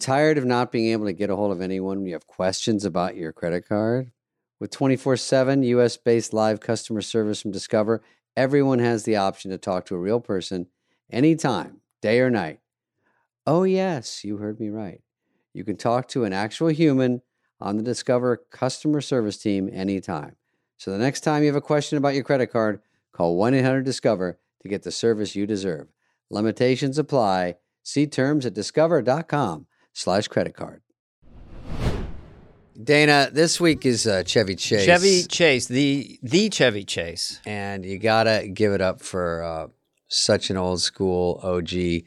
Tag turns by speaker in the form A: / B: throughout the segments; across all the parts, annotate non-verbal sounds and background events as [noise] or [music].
A: Tired of not being able to get a hold of anyone when you have questions about your credit card? With 24 7 US based live customer service from Discover, everyone has the option to talk to a real person anytime, day or night. Oh, yes, you heard me right. You can talk to an actual human on the Discover customer service team anytime. So the next time you have a question about your credit card, call 1 800 Discover to get the service you deserve. Limitations apply. See terms at discover.com slash credit card. Dana, this week is uh, Chevy Chase.
B: Chevy Chase, the the Chevy Chase.
A: And you got to give it up for uh, such an old school OG.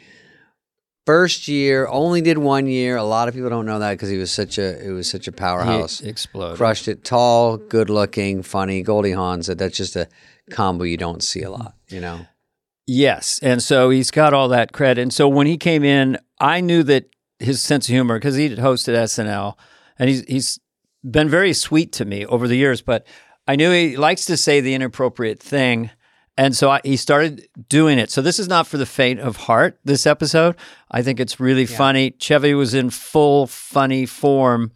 A: First year, only did one year. A lot of people don't know that because he was such a it was such a powerhouse.
B: He exploded.
A: Crushed it. Tall, good looking, funny. Goldie Hawn said that's just a combo you don't see a lot. You know,
B: Yes, and so he's got all that credit. And so when he came in, I knew that his sense of humor because he had hosted SNL, and he's he's been very sweet to me over the years. But I knew he likes to say the inappropriate thing, and so I, he started doing it. So this is not for the faint of heart. This episode, I think it's really funny. Chevy was in full funny form.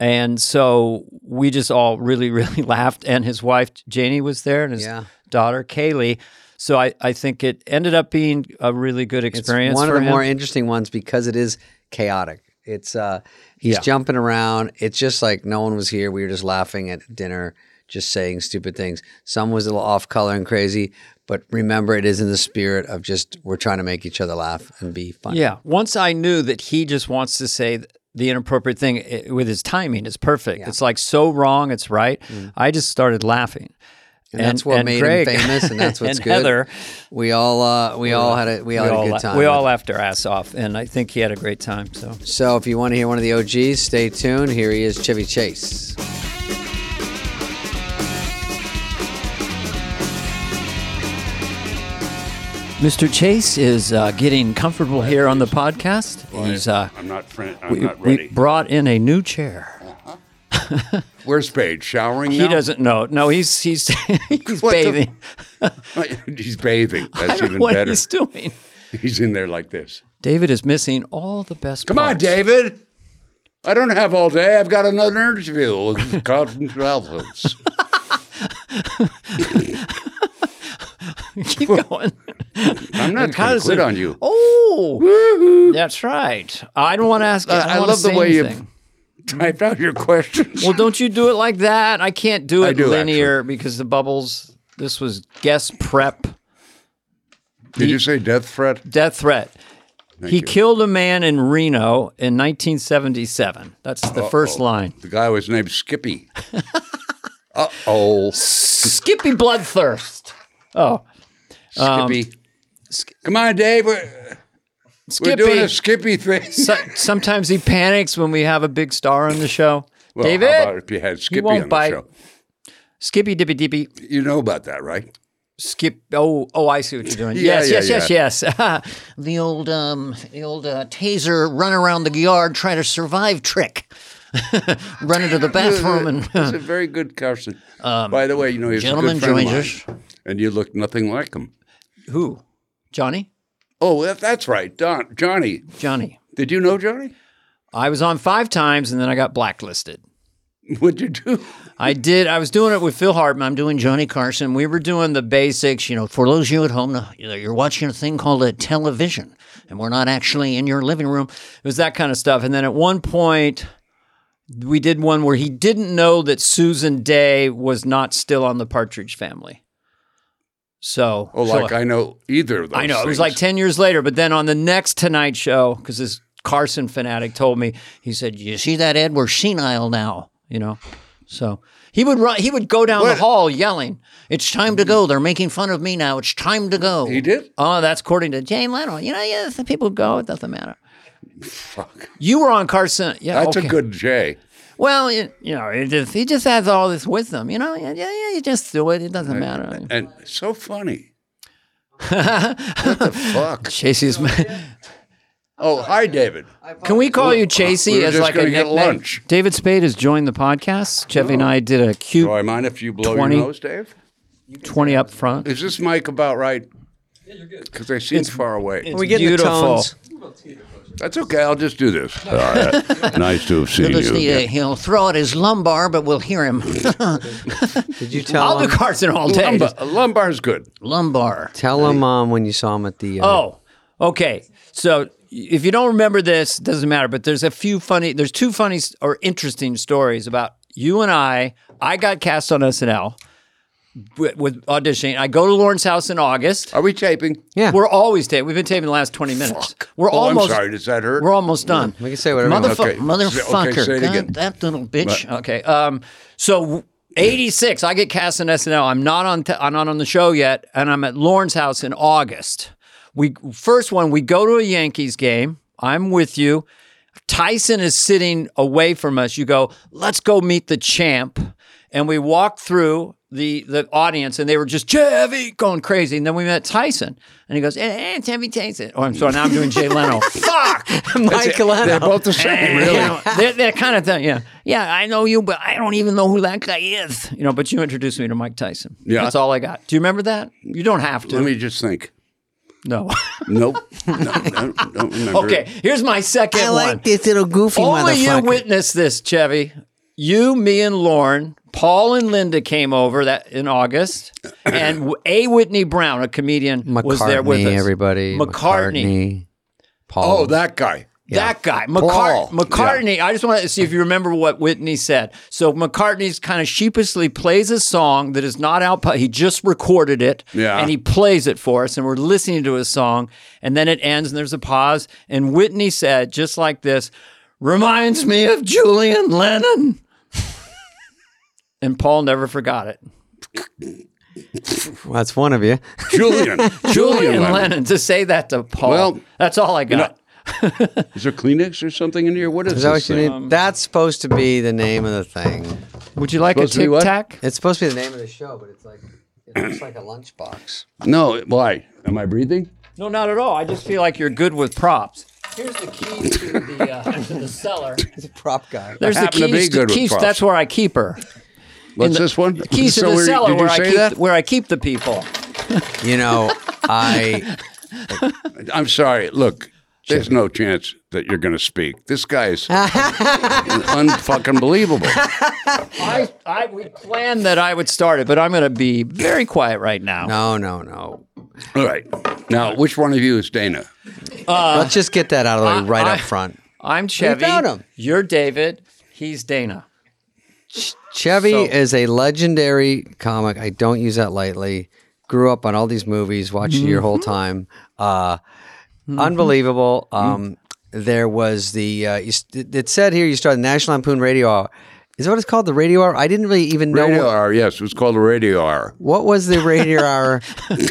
B: And so we just all really, [laughs] really laughed. And his wife, Janie, was there and his
A: Yeah.
B: daughter, Kaylee. So I, I think it ended up being a really good experience.
A: It's one of
B: for
A: the
B: him.
A: more interesting ones because it is chaotic. It's uh he's
B: Yeah.
A: jumping around. It's just like no one was here. We were just laughing at dinner, just saying stupid things. Some was a little off color and crazy, but remember it is in the spirit of just we're trying to make each other laugh and be funny.
B: Yeah. Once I knew that he just wants to say th- the inappropriate thing i with his timing, it's perfect. It's like so wrong, it's right. I just started laughing.
A: Mm. And, that's what made
B: Craig
A: him famous and that's what's
B: [laughs] and
A: good.
B: Heather,
A: We all uh we all had a we all
B: we,
A: had
B: all,
A: a
B: la-
A: good time.
B: we
A: with
B: all laughed our ass off, and I think he had a great time. So
A: So if you want to hear one of the OGs, stay tuned. Here he is, Chevy Chase.
B: Mr. Chase is uh, getting comfortable here on the podcast. He's uh,
C: I'm not friend. I'm
B: we,
C: not
B: we
C: ready.
B: brought in a new chair.
C: Where's Paige? Showering
B: He
C: now?
B: doesn't know. No, he's he's [laughs] he's
C: What the-
B: bathing.
C: [laughs] he's bathing.
B: I
C: That's
B: don't know
C: even
B: [laughs] what
C: better.
B: he's
C: He's,
B: doing.
C: in there like this.
B: David is missing all the best.
C: Come on,
B: parts.
C: David. I don't have all day. I've got another interview with Carlton Travels.
B: [laughs] Keep going.
C: I'm not going to quit on you.
B: Oh, that's right. I don't want to ask.
C: Uh,
B: I, don't
C: I
B: wanna
C: love the
B: say
C: way you-
B: anything.
C: Typed out your questions.
B: Well, don't you do it like that? I can't do
C: I
B: it
C: do,
B: linear because the bubbles. This was guest prep.
C: Did you say death threat?
B: death threat. he
C: you.
B: killed a man in Reno in 1977. That's the first line.
C: The guy was named
B: [laughs]
C: Skippy. Uh
B: Um,
C: oh,
B: Skippy Bloodthirst. Oh,
C: Skippy. Come on, Dave. We're, we're
B: Skippy.
C: doing a Skippy
B: [laughs]
C: thing.
B: So- sometimes he panics when we have a big star on the show.
C: Well, how about
B: David,
C: if you had Skippy
B: won't
C: on
B: bite.
C: the show?
B: Skippy Dippy Dippy,
C: You know about that, right?
B: Skip. Oh, oh, I see what you're doing.
C: Yeah,
B: yes,
C: yeah,
B: yes, yes, yes. [laughs] the old, um, the old uh, taser run around the yard, try to survive trick. run into the bathroom and uh, um,
C: He's a very good Carson. By the way, you know he's a
B: gentleman
C: good friend of
B: joins
C: mine, and you look nothing like him.
B: who? Johnny,
C: Oh, that, that's right, Don Johnny.
B: Johnny.
C: Did you know Johnny? [laughs]
B: I was on five times and then I got blacklisted.
C: What'd you do?
B: I did. I was doing it with Phil Hartman. I'm doing Johnny Carson. We were doing the basics. You know, for those of you at home, uh, you're watching a thing called a television, and we're not actually in your living room. It was that kind of stuff. And then at one point, we did one where he didn't know that Susan Day was not still on the Partridge Family. So,
C: Oh,
B: so
C: like I know either of those.
B: I know. It was
C: things.
B: like 10 years later. But then on the next Tonight Show, because this Carson fanatic told me, he said, You see that, Ed? We're senile now, you know? So he would run, he would go down
C: What?
B: the hall yelling, It's time to go. They're making fun of me now. It's time to go.
C: He did?
B: Oh, that's according to Jane Leno. You know, yeah, if the people go, it doesn't matter.
C: Fuck.
B: You were on Carson. Yeah.
C: That's
B: okay.
C: a good J.
B: Well, you, you know, it just, he just has all this wisdom. You know, yeah, yeah, yeah, you just do it. It doesn't matter.
C: and so funny.
B: [laughs]
C: what the fuck?
B: Chasey's.
C: Oh, hi, David.
B: Can we call you
C: we
B: Chasey
C: were
B: as
C: just
B: like a
C: gonna get
B: nickname?
C: lunch.
B: David Spade has joined the podcast. Chevy and I did a cute
C: Do I mind if you blow
B: 20.
C: your nose, Dave?
B: 20 up front.
C: Is this mic about right? Yeah, you're good. Because they seem far away.
A: we get the
B: beautiful.
A: tones?
C: That's okay. I'll just
B: [laughs]
C: do this. All right. nice to have seen
D: He'll, just
C: you.
D: need a, he'll throw at his lumbar, but we'll hear
C: [laughs]
D: him.
A: Did you tell
B: I'll do
A: him?
B: Carson all day.
C: Lumbar, lumbar's good.
D: lumbar.
A: Tell him, mom, when you saw him at the. Uh,
B: Oh, okay. So if you don't remember this, it doesn't matter. But there's a few funny. There's two funny s- or interesting stories about you and I. I got cast on SNL with, with auditioning. I go to Lauren's house in August.
C: Are we taping?
A: yeah.
B: We're always taping. We've been taping the last twenty minutes. We're
C: Oh,
B: almost.
C: I'm sorry. Does that hurt?
B: We're [laughs] almost done.
A: we can say whatever. we want.
B: Motherfucker.
C: Okay.
D: Motherfucker.
C: Okay, say it
D: God,
C: again.
D: that little bitch.
B: Okay. Um, so 86, I get cast in SNL. I'm not on t- I'm not on the show yet, and I'm at Lauren's house in August. We first one, we go to a Yankees game. I'm with you. Tyson is sitting away from us. You go, let's go meet the champ. And we walk through the the audience and they were just Chevy going crazy. And then we met Tyson. And he goes, eh, eh, Chevy Tyson. Oh, I'm sorry, now I'm doing Jay Leno. Fuck. [laughs]
A: Mike
C: They're
A: Leno.
C: both the same,
B: You
C: really.
B: know, that, that kind of thing. Yeah. Yeah, I know you, but I don't even know who that guy is. You know, but you introduced me to Mike Tyson.
C: Yeah.
B: That's all I got. Do you remember that? You don't have to.
C: Let me just think. [laughs]
B: no. [laughs]
C: Nope. no, no, don't remember.
B: okay. Here's my second
A: I
B: one.
A: like this little goofy
B: Only you
A: motherfucker.
B: witnessed this, Chevy. You, me, and Lauren, Paul and Linda came over that in August,
C: [clears throat]
B: and A. Whitney Brown, a comedian,
A: McCartney,
B: was there with us.
A: everybody.
B: McCartney.
A: Paul.
C: Oh, that guy.
B: That guy, McCart-
C: Paul.
B: McCartney. I just want to see if you remember what Whitney said. So McCartney's kind of sheepishly plays a song that is not out. pu- He just recorded it,
C: Yeah.
B: and he plays it for us, and we're listening to his song, and then it ends, and there's a pause, and Whitney said just like this, "Reminds me of Julian Lennon," and Paul never forgot it.
A: Well, that's one of
B: [laughs]
A: you.
C: Julian. [laughs]
B: Julian
C: Julian.
B: Lennon. to say that to Paul.
C: Well,
B: that's all I got.
C: Is there Kleenex or something in here? What is,
A: Is that
C: this
A: what you
C: thing?
A: need?
B: um,
A: That's supposed to be the name of the thing.
B: Would you like a
C: Supposed to be what?
B: tic tac?
A: It's supposed to be the name of the show, but it's like it looks like a lunchbox.
C: No, why? Am I breathing?
B: No, not at all. I just feel like you're good with props. Here's the key to the, uh, [laughs] to the cellar.
A: It's a prop guy.
B: There's the
C: happen to
B: keys.
C: be good with
B: keys
C: props.
B: that's where I keep her.
C: What's
B: the-
C: this one?
B: [laughs] Keys
C: so
B: to the
C: where-
B: cellar
C: Did
B: where
C: you
B: I
C: say
B: keep
C: that?
B: where I keep the people.
A: You
B: [laughs]
A: know, I
C: I'm sorry. Look, there's no chance that you're going to speak.
A: [laughs]
C: This guy's unfucking believable.
B: I, I we planned that I would start it, but I'm going to be very quiet right now.
A: no no no.
C: All right. Now, which one of you is Dana?
A: Let's just get that out of the way right
B: I-
A: up front.
B: I'm Chevy.
A: found him.
B: You're David. He's Dana.
A: Chevy
B: So-
A: is a legendary comic. I don't use that lightly. Grew up on all these movies, watching your whole time. Uh, Unbelievable. Um, There was the uh, you, st- it said here you started National Lampoon Radio Hour. Is that what it's called? The Radio Hour. I didn't really even know
C: Radio
A: what,
C: Hour. Yes, it was called a Radio Hour.
A: what was the Radio Hour.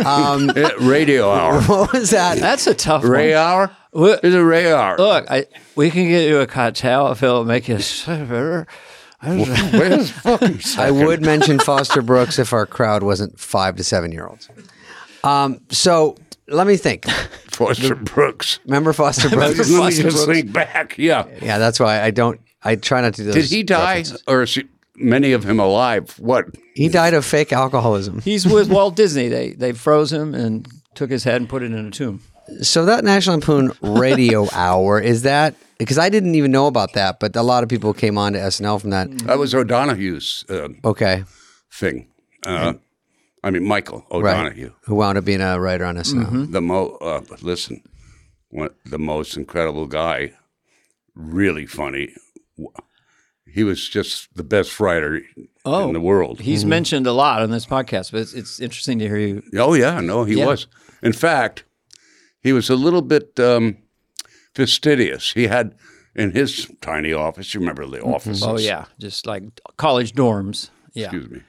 A: Um,
C: Eh, radio Hour.
A: what was that?
B: That's a tough
C: Ray uh,
B: one.
C: Hour?
B: Look,
C: It's a Ray Hour.
A: Oh.
C: [laughs]
B: look, I, we can get you a cocktail if it'll make you shiver.
C: Where's fucking
A: I
C: second?
A: would mention Foster Brooks if our crowd wasn't five to seven year olds. Um, so let me think. [laughs]
C: Foster Brooks.
A: Remember Foster Brooks?
C: Let
A: [laughs]
C: me just think back. Yeah.
A: Yeah, that's why I don't. I try not to do.
C: Did he die, or is he- many of him alive? What?
A: He died of fake alcoholism.
B: He's with Walt Disney. They they froze him and took his head and put it in a tomb.
A: So that National Lampoon
C: [laughs]
A: Radio Hour is that because I didn't even know about that, but a lot of people came on to SNL from that.
C: That was O'Donoghue's uh,
A: Okay,
C: thing. Uh, I mean, Michael
A: Mm-hmm. right. Mm-hmm.
C: O'Donoghue.
A: Who wound up being a writer on SNL?
C: the mo uh, listen one, the most incredible guy really funny W- he was just the best writer
A: Oh,
C: in the world
B: He's mentioned a lot on this podcast, but it's, it's interesting to hear you.
C: oh yeah no he
B: Yeah.
C: was in fact he was a little bit um, fastidious he had in his tiny office you remember the offices
B: Oh yeah, just like college dorms. Yeah,
C: excuse me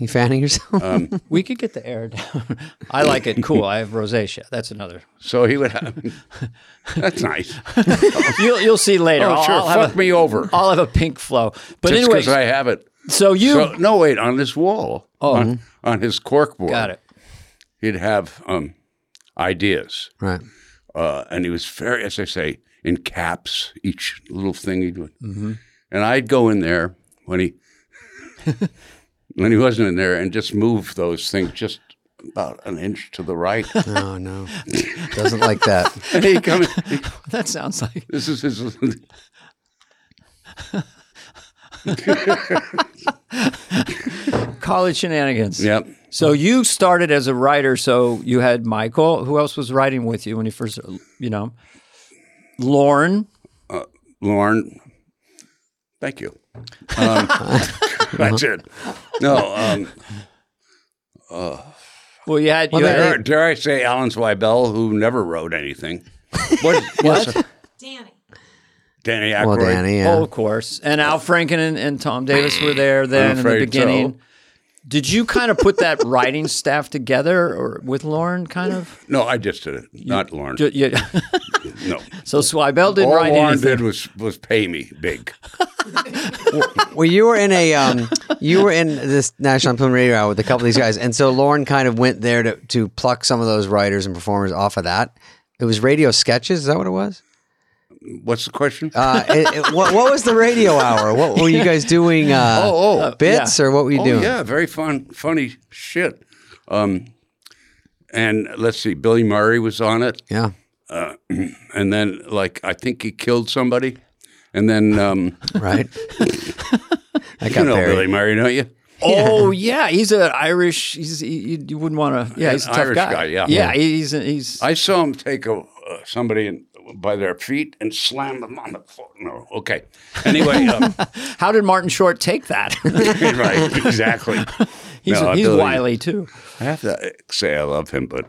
A: You fanning yourself?
C: [laughs]
B: we could get the air down. [laughs] I like it cool. I have rosacea. That's another.
C: so he would have [laughs] that's nice
B: [laughs] You'll you'll see later.
C: oh
B: I'll,
C: sure
B: I'll
C: fuck
B: have a, [laughs]
C: me over
B: I'll have a pink flow. But
C: just
B: anyway,
C: because i have it
B: so you
C: so, no wait on this wall on, on his cork board
B: Oh, mm-hmm. got it.
C: he'd have um, ideas,
A: right.
C: uh, and he was very, as I say, in caps each little thing he'd do. And I'd go in there when he when he wasn't in there and just move those things just about an inch to the right. [laughs]
A: Oh no, doesn't like that.
C: and he comes. he-
B: that sounds like
C: this is his. [laughs]
B: college shenanigans.
C: yep.
B: So you started as a writer. So you had Michael. Who else was writing with you when you first, you know, Lorne?
C: Lauren. Thank you. Um, [laughs] that's it. No. Um,
B: Well, you had, you
C: dare,
B: had
C: dare I say Alan Swibel, who never wrote anything? What? what?
E: Danny.
C: Danny Aykroyd.
A: Well, Danny, yeah.
B: oh, of course, and Al Franken and, and Tom Davis were there then in the
C: afraid
B: beginning.
C: so.
B: Did you kind of put that [laughs] writing staff together or with Lauren, kind of?
C: No, I just did it. Not Lauren.
B: Ju- you-
C: no.
B: [laughs] so Swibel didn't
C: All
B: write
C: Lauren
B: anything.
C: Oh, did was was pay me big.
A: Well, you were in a um, you were in this National Film Radio Hour with a couple of these guys, and so Lauren kind of went there to to pluck some of those writers and performers off of that. It was radio sketches. Is that what it was?
C: What's the question?
A: Uh, it, it- what, what was the radio hour? What were you guys doing? Uh,
C: [laughs] Oh, oh.
A: bits or what were you
C: oh
A: doing?
C: yeah, very fun, funny shit. Um, and let's see, Billy Murray was on it,
A: Yeah.
C: and then like I think he killed somebody, and then um,
A: right. [laughs] I
C: you
A: got
C: know Billy
A: buried.
C: Murray, don't you?
B: Oh yeah, he's an Irish. He's he, you- you wouldn't want to. Yeah, he's a
C: An
B: tough
C: Irish
B: guy.
C: guy, yeah.
B: yeah, he's he's.
C: I saw him take a, uh, somebody in, by their feet and slam them on the floor. No, okay. Anyway, um,
A: [laughs]
C: [laughs]
B: How did Martin Short take that? [laughs]
C: right, exactly.
B: he's
C: No,
B: he's
C: Billy-
B: wily too.
C: I have to say I love him, but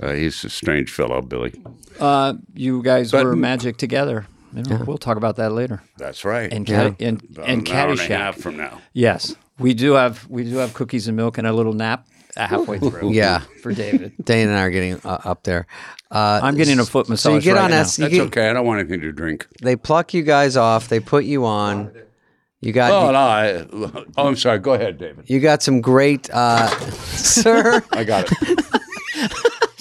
C: uh, he's a strange fellow, Billy.
B: Uh, you guys
C: But-
B: were magic together. Maybe We'll talk about that later.
C: That's right.
B: And
A: Yeah.
B: Cad- and,
C: About
B: and
C: an hour and a
B: Caddyshack.
C: half from now.
B: Yes, we do have we do have cookies and milk and a little nap halfway through.
A: Yeah.
B: for David.
A: [laughs] Dane and I are getting uh, up there. Uh,
B: I'm getting a foot massage.
A: so you get
B: right
A: on
B: now.
A: S. you
C: That's
A: get-
C: okay. I don't want anything to drink.
A: They pluck you guys off. They put you on. You got.
C: Oh, no, I, [laughs] oh, I'm sorry. Go ahead, David.
A: You got some great, uh, [laughs]
C: [laughs]
A: sir.
C: I got
B: [laughs]
C: it.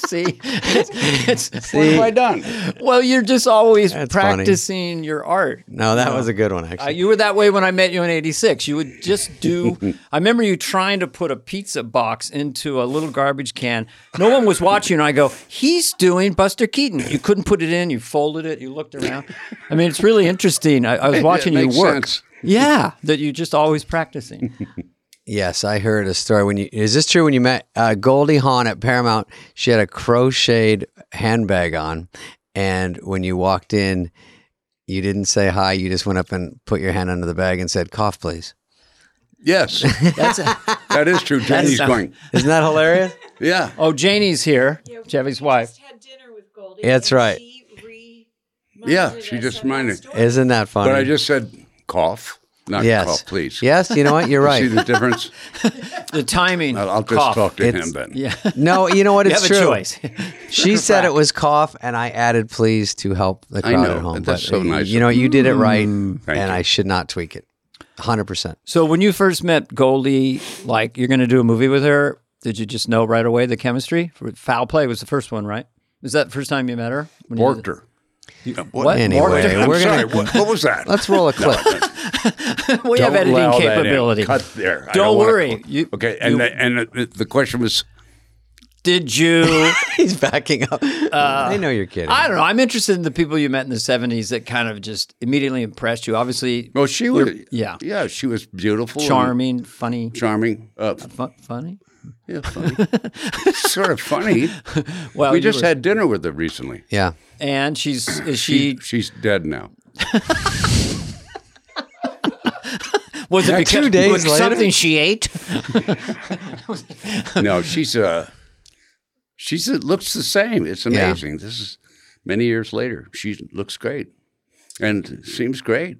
B: See, it's,
C: what have I done?
B: well, you're just always
A: That's funny.
B: practicing your art.
A: No, that was a good one,
B: Uh,
A: actually.
B: you were that way when I met you in '86. You would just do. I remember you trying to put a pizza box into a little garbage can. No one was watching. And I go, he's doing Buster Keaton. You couldn't put it in. You folded it. You looked around. I mean, it's really interesting. I, I was watching you
C: makes
B: work.
C: sense.
B: Yeah, that you're just always practicing.
A: yes, I heard a story. When you is this true? When you met uh, Goldie Hawn at Paramount, she had a crocheted handbag on, and when you walked in, you didn't say hi. You just went up and put your hand under the bag and said, "Cough, please."
B: [laughs]
C: Yes,
B: That's a,
C: that is true. Jenny's
B: sounds-
C: going.
A: Isn't that hilarious?
C: Yeah.
B: oh, Janie's here, Chevy's
E: we
B: wife.
E: Just had dinner with Goldie.
A: That's
E: and
A: right.
E: She re-
C: Yeah,
E: reminded
C: she
E: us
C: just
E: of that
C: reminded-
A: [laughs]
E: story.
A: Isn't that funny?
C: But I just said cough, not
A: yes,
C: cough, please.
A: Yes, you know what?
C: [laughs]
A: You're
C: See
A: right.
B: [laughs]
C: the difference?
B: The timing.
C: I'll, I'll just
B: cough.
C: talk to
A: It's-
C: him then.
B: Yeah, [laughs]
A: No, you know what?
B: you
A: It's
B: have a
A: true.
B: choice.
A: She said it was cough, and I added please to help the crowd
C: know,
A: at home.
C: that's so nice
A: You
C: of Mm.
A: know, you did it right,
C: Thank
A: and
C: you.
A: I should not tweak it. 100%.
B: [laughs] So when you first met Goldie, like you're going to do a movie with her, did you just know right away the chemistry? For- Foul play was the first one, right? Is that the first time you met her? When you did-
C: Porter.
B: What?
A: Anyway,
B: Mortar?
C: I'm
A: we're
C: sorry.
B: [laughs]
A: gonna,
C: What, what was that? [laughs]
A: let's roll a clip.
B: we have
C: Don't
B: editing
C: allow that in.
B: capability.
C: Cut there. I
B: Don't
C: wanna-
B: worry. You-
C: okay, and
B: you-
C: the, and the, the question was,
B: Did
C: [laughs]
B: you?
A: [laughs] He's backing up. I know you're kidding.
B: I don't know. I'm interested in the people you met in the 70s that kind of just immediately impressed you. Obviously,
C: well, she was,
B: yeah.
C: yeah, she was beautiful, and
B: charming, funny,
C: charming, uh,
B: fu- funny.
C: yeah, funny. sort of funny.
B: Well,
C: we
B: you
C: just
B: were-
C: had dinner with her recently.
A: yeah.
B: and she's is
C: She
B: she
C: she's dead now.
B: was it
A: Yeah,
B: because,
A: two days
B: was
A: later.
B: something she ate?
C: No, she's uh she's it looks the same. It's
A: Yeah.
C: amazing. This is many years later. She looks great and seems great.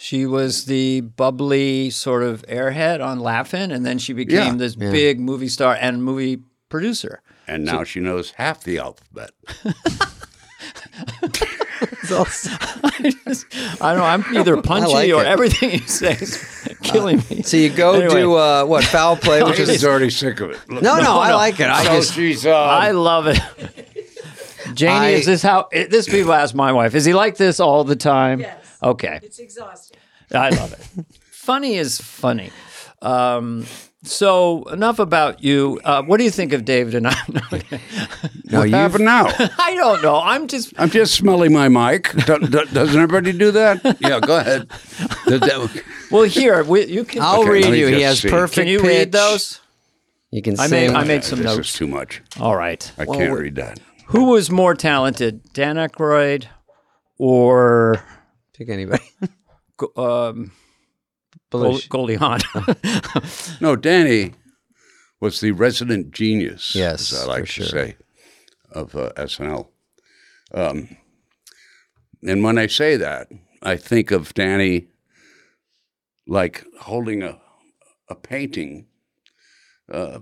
B: She was the bubbly sort of airhead on Laughing, and then she became
C: Yeah.
B: this big movie star and movie producer. [laughs]
C: And now she knows half the alphabet.
B: [laughs] I Uh, don't know. I'm either punchy
A: like
B: or
A: it.
B: everything you say [laughs] is killing me.
A: So you go
B: Anyway.
A: do uh, what? Foul play, which
C: She's
A: is.
C: already sick of it. Look,
A: No, no, I
B: no.
A: like it. I
C: so
A: just.
C: she's uh,
B: I love [laughs] it. Janie,
A: I-
B: is this how i- this people ask my wife? Is he like this all the time?
E: Yes.
B: Okay,
C: [laughs]
B: [laughs]
E: It's exhausting.
B: I love it. funny is funny. Um, So enough about you. Uh, what do you think of David and I? [laughs]
A: No,
C: what
A: you
C: happened now?
B: I don't know. I'm just
C: I'm just smelling my mic. Do, do, doesn't everybody do that? Yeah, go ahead. The devil-
B: well here. We, you can.
A: I'll
C: Okay, let
A: read
C: me
A: you. He
C: just
A: has
C: see.
A: perfect
B: can you
A: pitch.
B: read those?
A: You can
B: I
A: sing.
B: made. I made
C: Yeah,
B: some
C: this
B: notes.
C: is too much.
B: All right.
C: I can't read that.
B: Who was more talented, Dan Aykroyd or
A: Pick anybody.
B: um, Gol-
A: Belushi.
B: Goldie Hawn?
C: [laughs] No, Danny was the resident genius.
A: Yes,
C: as I like
A: for
C: to
A: sure.
C: say of uh, SNL. Um, and when I say that, I think of Danny like holding a a painting, uh,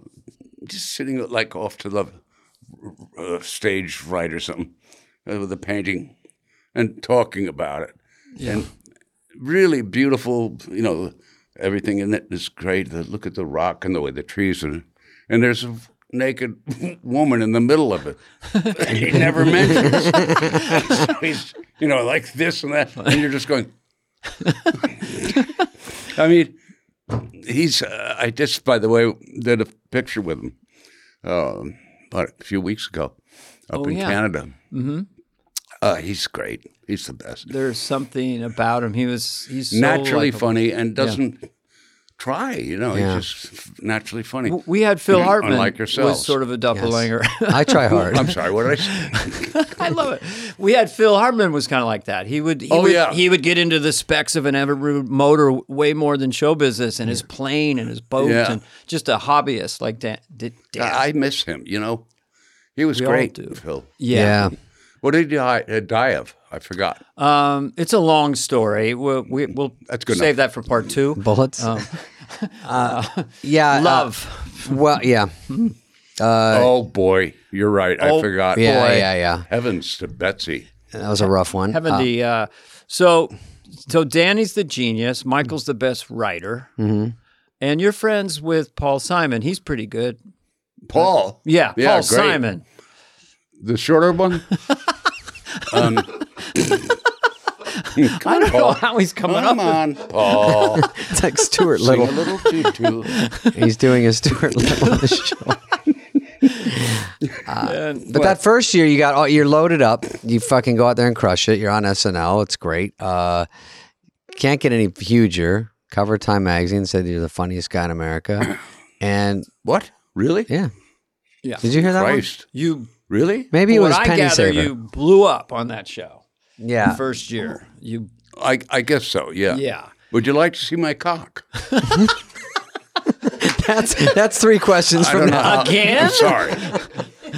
C: just sitting like off to the uh, stage right or something uh, with a painting and talking about it. And really beautiful, you know, everything in it is great. The look at the rock and the way the trees are. And there's a naked [laughs] woman in the middle of it. [laughs] he never mentions. [laughs] so he's, you know, like this and that. And you're just going, [laughs] I mean, he's, uh, I just, by the way, did a picture with him um, about a few weeks ago up in
B: yeah.
C: Canada. Mm-hmm. Uh, he's great. He's the best
B: [laughs] There's something about him. He was. He's so
C: naturally
B: likable.
C: funny and doesn't try. You know,
A: Yeah.
C: he's just naturally funny.
B: We had
C: [clears throat]
B: Phil Hartman.
C: Unlike yourselves.
B: was sort of a doppelganger.
A: I try hard.
C: I'm sorry, what did I say?
B: [laughs] I love it. We had Phil Hartman was kind of like that. He would he
C: Oh,
B: would
C: yeah.
B: he would get into the specs of an Everroot motor way more than show business and his plane and his boat
C: Yeah.
B: and just a hobbyist like Dan. Did, Dan.
C: I miss him. You know, he was
B: all
C: great.
B: do.
C: Phil.
A: yeah.
C: What did he die, uh, die of? I forgot.
B: Um, it's a long story. We'll, we, we'll
C: That's good
B: save that for part two.
A: Bullets. [laughs] yeah. uh,
B: Love.
A: well, yeah.
B: Uh,
C: oh boy, you're right.
B: oh,
C: I forgot.
A: Yeah,
C: boy.
A: yeah, yeah.
C: Heavens to Betsy.
A: That was a rough one.
B: Heaven the uh, so so Danny's the genius. Michael's the best writer.
A: Mm-hmm.
B: And you're friends with Paul Simon. He's pretty good.
C: Paul.
B: Uh, Yeah,
C: yeah
B: Paul
C: great.
B: Simon.
C: The
B: [laughs]
C: shorter one. um, come
B: I
C: on,
B: don't know
C: Paul.
B: how he's coming
C: Come
B: up.
C: on,
B: [laughs]
C: Paul.
A: It's Uh, [laughs] like Stuart
C: [laughs] Sing a
A: Little.
C: little tutu.
A: He's doing his Stuart Little on the show.
B: And-
A: But that first year, you got all, you're loaded up. You fucking go out there and crush it. You're on SNL. It's great. Uh, can't get any huger. Cover Time Magazine said you're the funniest guy in
B: [clears throat]
A: America. And
C: What? Really?
A: yeah,
B: Yeah.
A: Did you hear that? one?
C: Christ.
B: you
C: Really?
A: Maybe it
B: what
A: was
B: I
A: Penny
B: gather
A: Saver.
B: you blew up on that show
A: yeah. Oh.
B: first year. You
C: I, I guess so. Yeah.
B: yeah.
C: Would you like to see my cock?
A: [laughs] That's that's three
B: [laughs]
A: questions
C: I
A: from
C: don't know.
A: now.
C: how-
B: Again?
C: I'm sorry.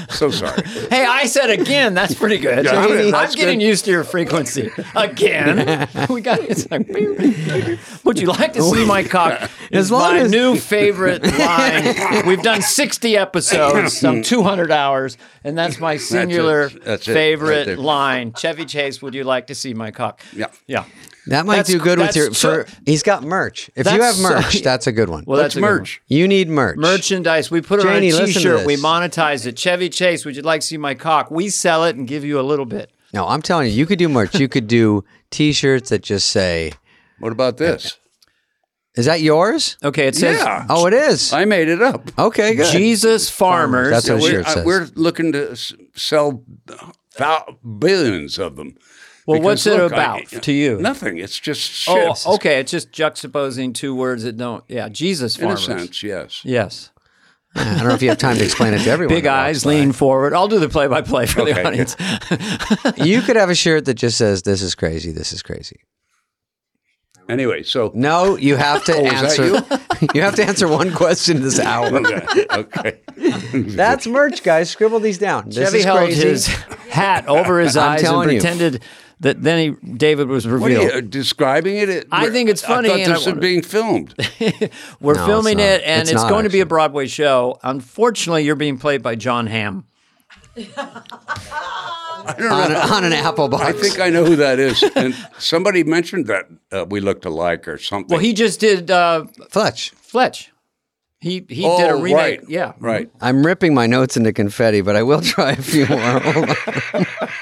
B: [laughs]
C: so sorry.
B: Hey, I said again. That's pretty good.
C: Yeah,
B: I'm,
C: that's
B: I'm getting
C: good.
B: used to your frequency again.
C: [laughs]
B: we got it's like. beep, beep, beep. Would you like to see
C: [laughs]
B: my cock? Is
A: long
B: my
A: as-
B: new favorite line. We've done 60 episodes,
C: [laughs]
B: some 200 hours, and that's my singular
C: That's it, right
B: favorite
C: there.
B: line. Chevy Chase, would you like to see my cock?
C: Yeah.
B: yeah.
A: That might
B: That's-
A: do good with
B: that's
A: your. For,
B: so-
A: he's got merch. If you
B: That's
A: have
B: so-
A: merch,
B: [laughs]
A: that's a good one.
B: Well, that's
C: Let's
B: a good one.
C: merge.
A: you need merch.
B: merchandise. We put it
A: Janie,
B: on a
A: listen to
B: T-shirt. We
A: this.
B: monetize it. Chevy Chase, would you like to see my cock? We sell it and give you a little bit.
A: No, I'm telling you, you could do merch. You could do T-shirts that just say,
C: What about this?
A: "Is that yours?"
B: Okay, it says
C: Yeah.
A: Oh, it is.
C: I made it up.
A: Okay, good.
B: Jesus Farmers.
A: That's what it
C: We're, uh,
A: shirt says.
C: we're looking to s- sell thou- billions of them.
B: Well, what's it
C: look, I-
B: about to you?
C: Nothing. It's just shit.
B: oh, okay. It's just juxtaposing two words that don't. Yeah, Jesus
C: In a
B: Farmers.
C: sense, yes.
B: Yes.
A: I don't know if you have time to explain it to everyone.
B: Big eyes, lean forward. I'll do the play-by-play for
C: Okay,
B: the audience.
A: You could have a shirt that just says, "This is crazy. This is crazy."
C: Anyway, so
B: [laughs]
C: [laughs]
A: No, you have
B: Oh,
A: to
C: is
A: answer.
C: that
A: [laughs] You? have to answer one question
B: [laughs]
A: this hour.
C: okay. okay.
A: That's merch, guys. Scribble these down. This
B: Chevy
A: is
B: held
A: crazy.
B: his hat over
A: [laughs]
B: his
A: I'm
B: eyes and
A: telling you.
B: pretended that then he David was
C: What are
B: revealed.
C: you uh, describing it? It-
B: I think it's funny,
C: I thought
B: and I
C: this
B: wanted-
C: was being filmed.
B: [laughs] We're
A: No, it's
B: filming
A: not.
B: it, and
A: It's
B: it's,
A: not,
B: going to be a
A: actually.
B: Broadway show. Unfortunately, you're being played by John Hamm.
A: [laughs] on, an- on an
B: [laughs]
A: apple box.
C: I think I know who that is. And somebody mentioned that uh, we looked alike or something.
B: Well, he just did uh,
A: Fletch.
B: Fletch. He he
C: oh,
B: did a remake.
C: Right,
B: Yeah,
C: Right.
A: I'm ripping my notes into confetti, but I will try a few
B: [laughs]
A: more. Hold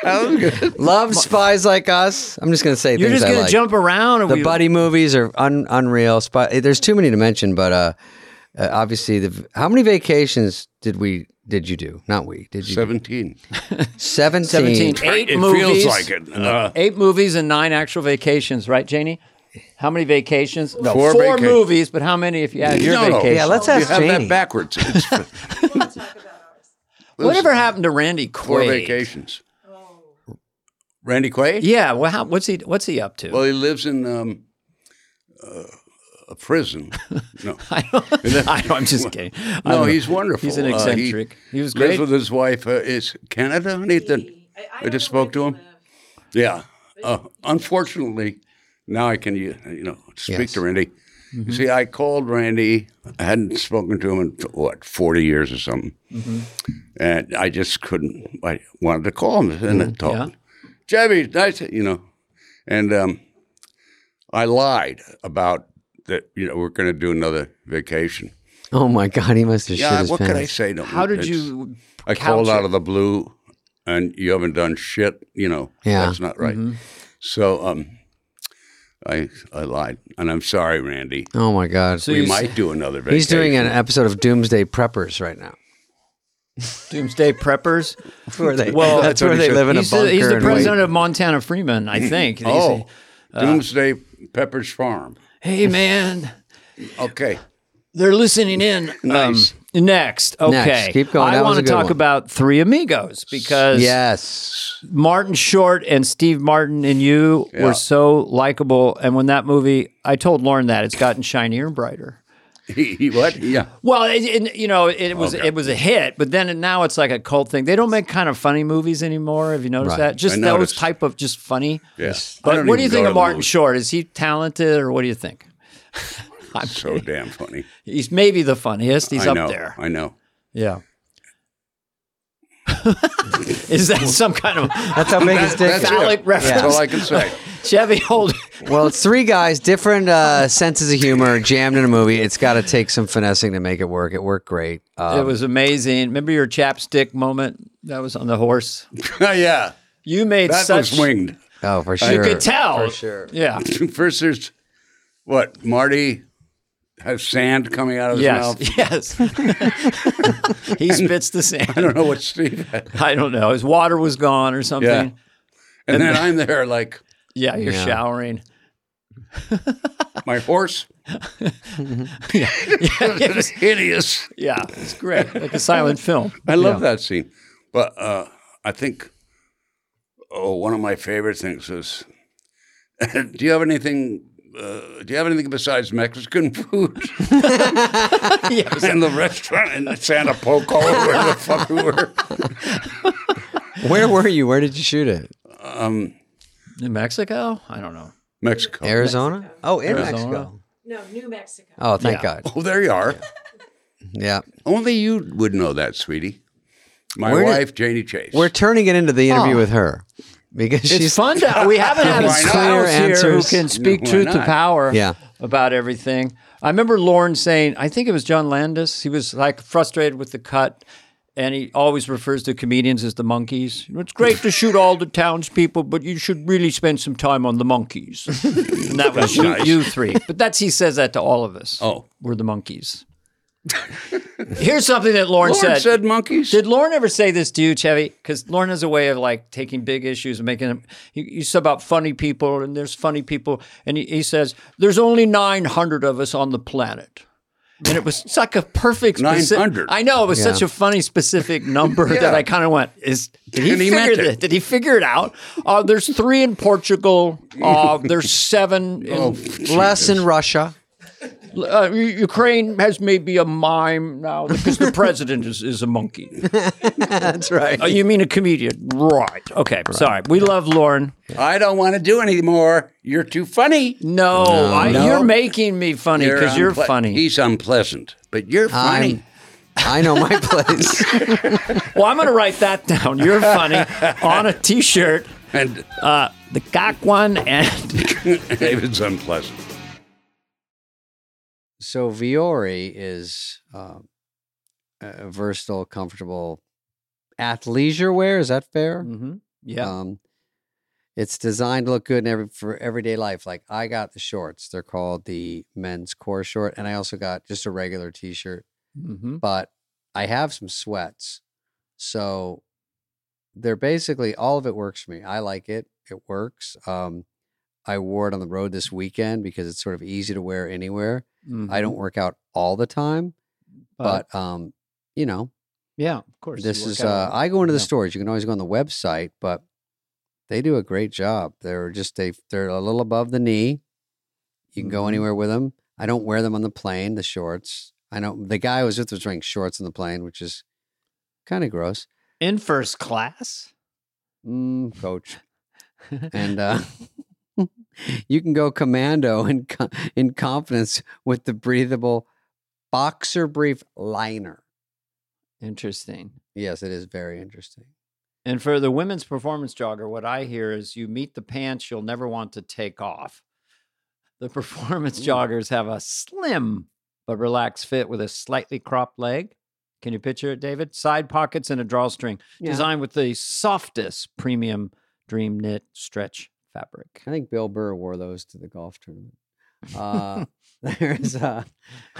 A: on. Love spies like us. I'm just gonna say
B: You're
A: things
B: just
A: I
B: gonna
A: like.
B: jump around. and
A: the
B: we-
A: eh, buddy movies are un- unreal. Spy- There's too many to mention, but uh, uh, obviously the v- how many vacations did we did you do? Not we
B: Mm-hmm.
A: did you? do?
C: 17.
A: 17.
B: 17. Eight
C: it
B: movies.
C: feels like it. Uh,
B: Eight movies and nine actual vacations, right, Janie? How many vacations? No,
C: Four
B: four,
C: vaca-
B: movies, but how many if you add your
C: no, no.
B: vacation?
A: Yeah, let's ask
C: You have
A: Janie. [laughs]
C: that backwards. It's f-
B: Whatever happened to Randy Quaid?
C: four vacations. Randy Quaid?
B: Yeah, well, how, what's he what's he up to?
C: Well, he lives in um, uh,
B: [laughs]
C: a prison. No,
B: [laughs] I know, I'm just kidding. I
C: no,
B: don't know.
C: he's wonderful.
B: He's an
C: Uh, he
B: eccentric. he, was
C: lives
B: great.
C: with his wife. Uh, is Canada? Nathan, I just spoke to him. Yeah. Uh, unfortunately, now I can you you know speak
A: Yes.
C: to Randy. You see, I called Randy. I hadn't spoken to him in what forty years or something, and I just couldn't. I wanted to call him and then talk.
B: yeah.
C: Jebby, nice, you know, and um, I lied about that. You know, we're going to do another vacation.
A: [laughs] Oh my God, he must have shit
C: Yeah,
A: his
C: what
A: pants.
C: could I say to him?
B: How did
C: It's-
B: you?
C: I
B: couch
C: called
B: it?
C: out of the blue, and you haven't done shit. You know,
A: Yeah.
C: that's not right.
B: Mm-hmm.
C: So, um, I I lied, and I'm sorry, Randy.
A: Oh my God.
B: So
C: We
B: you
C: might do another vacation.
A: He's doing an episode of Doomsday Preppers right now.
B: Doomsday preppers.
A: That's [laughs] where they, [laughs]
B: Well,
A: that's where they live in a
B: he's, the,
A: bunker.
B: he's the
A: and wait.
B: president of Montana Freeman, I think. And he's-
C: oh,
B: uh,
C: Doomsday Pepper's Farm.
B: hey man,
C: Okay, [laughs]
B: they're listening in.
C: Nice.
B: Um, next, okay,
A: Keep going.
B: I
A: That was
B: wanna
A: a good
B: talk
A: one.
B: about Three Amigos because
A: Yes.
B: Martin Short and Steve Martin and you were so likable. And when that movie, I told Lauren that it's gotten shinier and brighter.
C: he, he what? Yeah,
B: Well, it, it, you know, it was
C: Okay.
B: it was a hit, but then and now it's like a cult thing. They don't make kind of funny movies anymore. Have you noticed
A: Right.
B: that? Just
C: I
B: those
C: noticed.
B: type of just funny.
C: yes. I
B: But
C: don't
B: what do you
C: even go
B: think
C: to
B: of
C: the
B: Martin
C: movies.
B: Short? Is he talented, or what do you think?
C: So damn funny.
B: He's maybe the funniest. [laughs] He's
C: I
B: up
C: know.
B: there.
C: I know.
B: Yeah. [laughs] Is that some kind of
A: [laughs] That's how big his
C: That-
A: dick
C: that's,
A: is.
B: Phallic
C: it.
B: reference.
C: that's all I
B: [laughs]
C: can say. [laughs]
B: Chevy Hold?
A: Well, it's three guys, different uh, senses of humor, jammed in a movie. It's got to take some finessing to make it work. It worked great.
B: It
A: Um,
B: was amazing. Remember your chapstick moment? That was on the horse.
C: yeah,
B: You made
C: that
B: such.
C: was winged. [laughs]
A: oh, for sure.
B: you could tell.
A: For sure.
B: Yeah.
C: First, there's what Marty has sand coming out of his mouth.
B: [laughs] Yes. Yes. he spits the sand.
C: I don't know what Steve had.
B: I don't know. His water was gone or something.
C: Yeah. And then I'm there like
B: Yeah, you're showering. [laughs]
C: my horse. [laughs] It was hideous.
B: Yeah, it's great. Like a silent film.
C: I love that scene. But uh, I think oh, one of my favorite things is [laughs] do you have anything uh, do you have anything besides Mexican [laughs] food
B: Yes.
C: in the restaurant in Santa Poco or where the fuck we [laughs] were?
A: Where were you? Where did you shoot it?
B: New Mexico? I don't know.
C: Mexico.
A: Arizona? Oh, in
B: Arizona.
A: Mexico.
E: No, New Mexico.
A: Oh, thank
B: Yeah.
A: God.
C: Oh, there you are.
A: Yeah.
C: Only you would know that, sweetie. My
A: Where did-
C: wife, Janie Chase.
A: We're turning it into the interview with her because
B: It's
A: she's
B: fun to we [laughs] haven't had a
C: Why not?
B: spouse
A: Clear
B: here who
A: answers.
B: can speak
C: Why
B: truth to
C: not?
B: power
A: Yeah.
B: about everything. I remember Lauren saying, I think it was John Landis. He was like frustrated with the cut, and he always refers to comedians as the monkeys. It's great to shoot all the townspeople, but you should really spend some time on the monkeys. [laughs] and that was you,
C: nice.
B: you three. But that's he says that to all of us.
C: Oh.
B: we're the monkeys. [laughs] Here's something that Lauren,
C: Lauren said, monkeys.
B: did Lauren ever say this to you, Chevy? Because Lauren has a way of like taking big issues and making them. You, you said about funny people, and there's funny people, and he, he says there's only 900 of us on the planet. And it was
C: [laughs]
B: it's like a perfect speci-
C: 900.
B: I know it was such a funny specific
C: [laughs]
B: number that I kind of went, "Is did he,
C: And he
B: figure
C: meant it.
B: that? Did he figure it out? Uh, there's three in Portugal.
C: [laughs]
B: Uh, there's seven in
C: Oh,
A: less in Russia.
B: uh, U- Ukraine. Has maybe a mime now because the president is, is a monkey.
A: That's right.
B: Oh, you mean a comedian? Right. Okay. Sorry. We love Lauren.
C: I don't want to do anymore. You're too funny.
B: No, I, you're making me funny because you're,
C: unple-
B: funny.
C: He's unpleasant, but you're funny.
A: I know my place. [laughs]
B: well, I'm going to write that [laughs] down. You're funny on a t shirt.
C: and [laughs]
B: Uh, the cock one [laughs] and.
C: David's unpleasant.
A: so Viore is uh, a versatile, Mm, comfortable athleisure wear. Is that fair?
B: Mhm. Mm-hmm. Yeah.
A: Um, It's designed to look good in every for everyday life. Like I got the shorts; they're called the men's core short, and I also got just a regular t-shirt
B: Mm-hmm.
A: but I have some sweats. So they're basically all of it works for me. I like it. It works. Um, I wore it on the road this weekend because it's sort of easy to wear anywhere.
B: Mm-hmm.
A: I don't work out all the time, but um, you know,
B: yeah, of course. you
A: this
B: work
A: is uh,
B: out.
A: I go into the
B: Yeah.
A: stores. You can always go on the website, but they do a great job. They're just they they're a little above the knee. You can go
B: Mhm.
A: anywhere with them. I don't wear them on the plane. The shorts. I know the guy I was with was wearing shorts on the plane, which is kind of gross.
B: in first class. [laughs]
A: Mm, coach, and uh, you can go commando in co- in confidence with the breathable boxer brief liner.
B: Interesting.
A: Yes, it is very interesting.
B: And for the women's performance jogger, what I hear is you meet the pants you'll never want to take off. The [laughs] performance joggers have a slim but relaxed fit with a slightly cropped leg. Can you picture it, David? Side pockets and a drawstring designed with the softest premium dream knit stretch fabric.
A: [laughs] I think Bill Burr wore those to the golf tournament. Uh, [laughs] there's a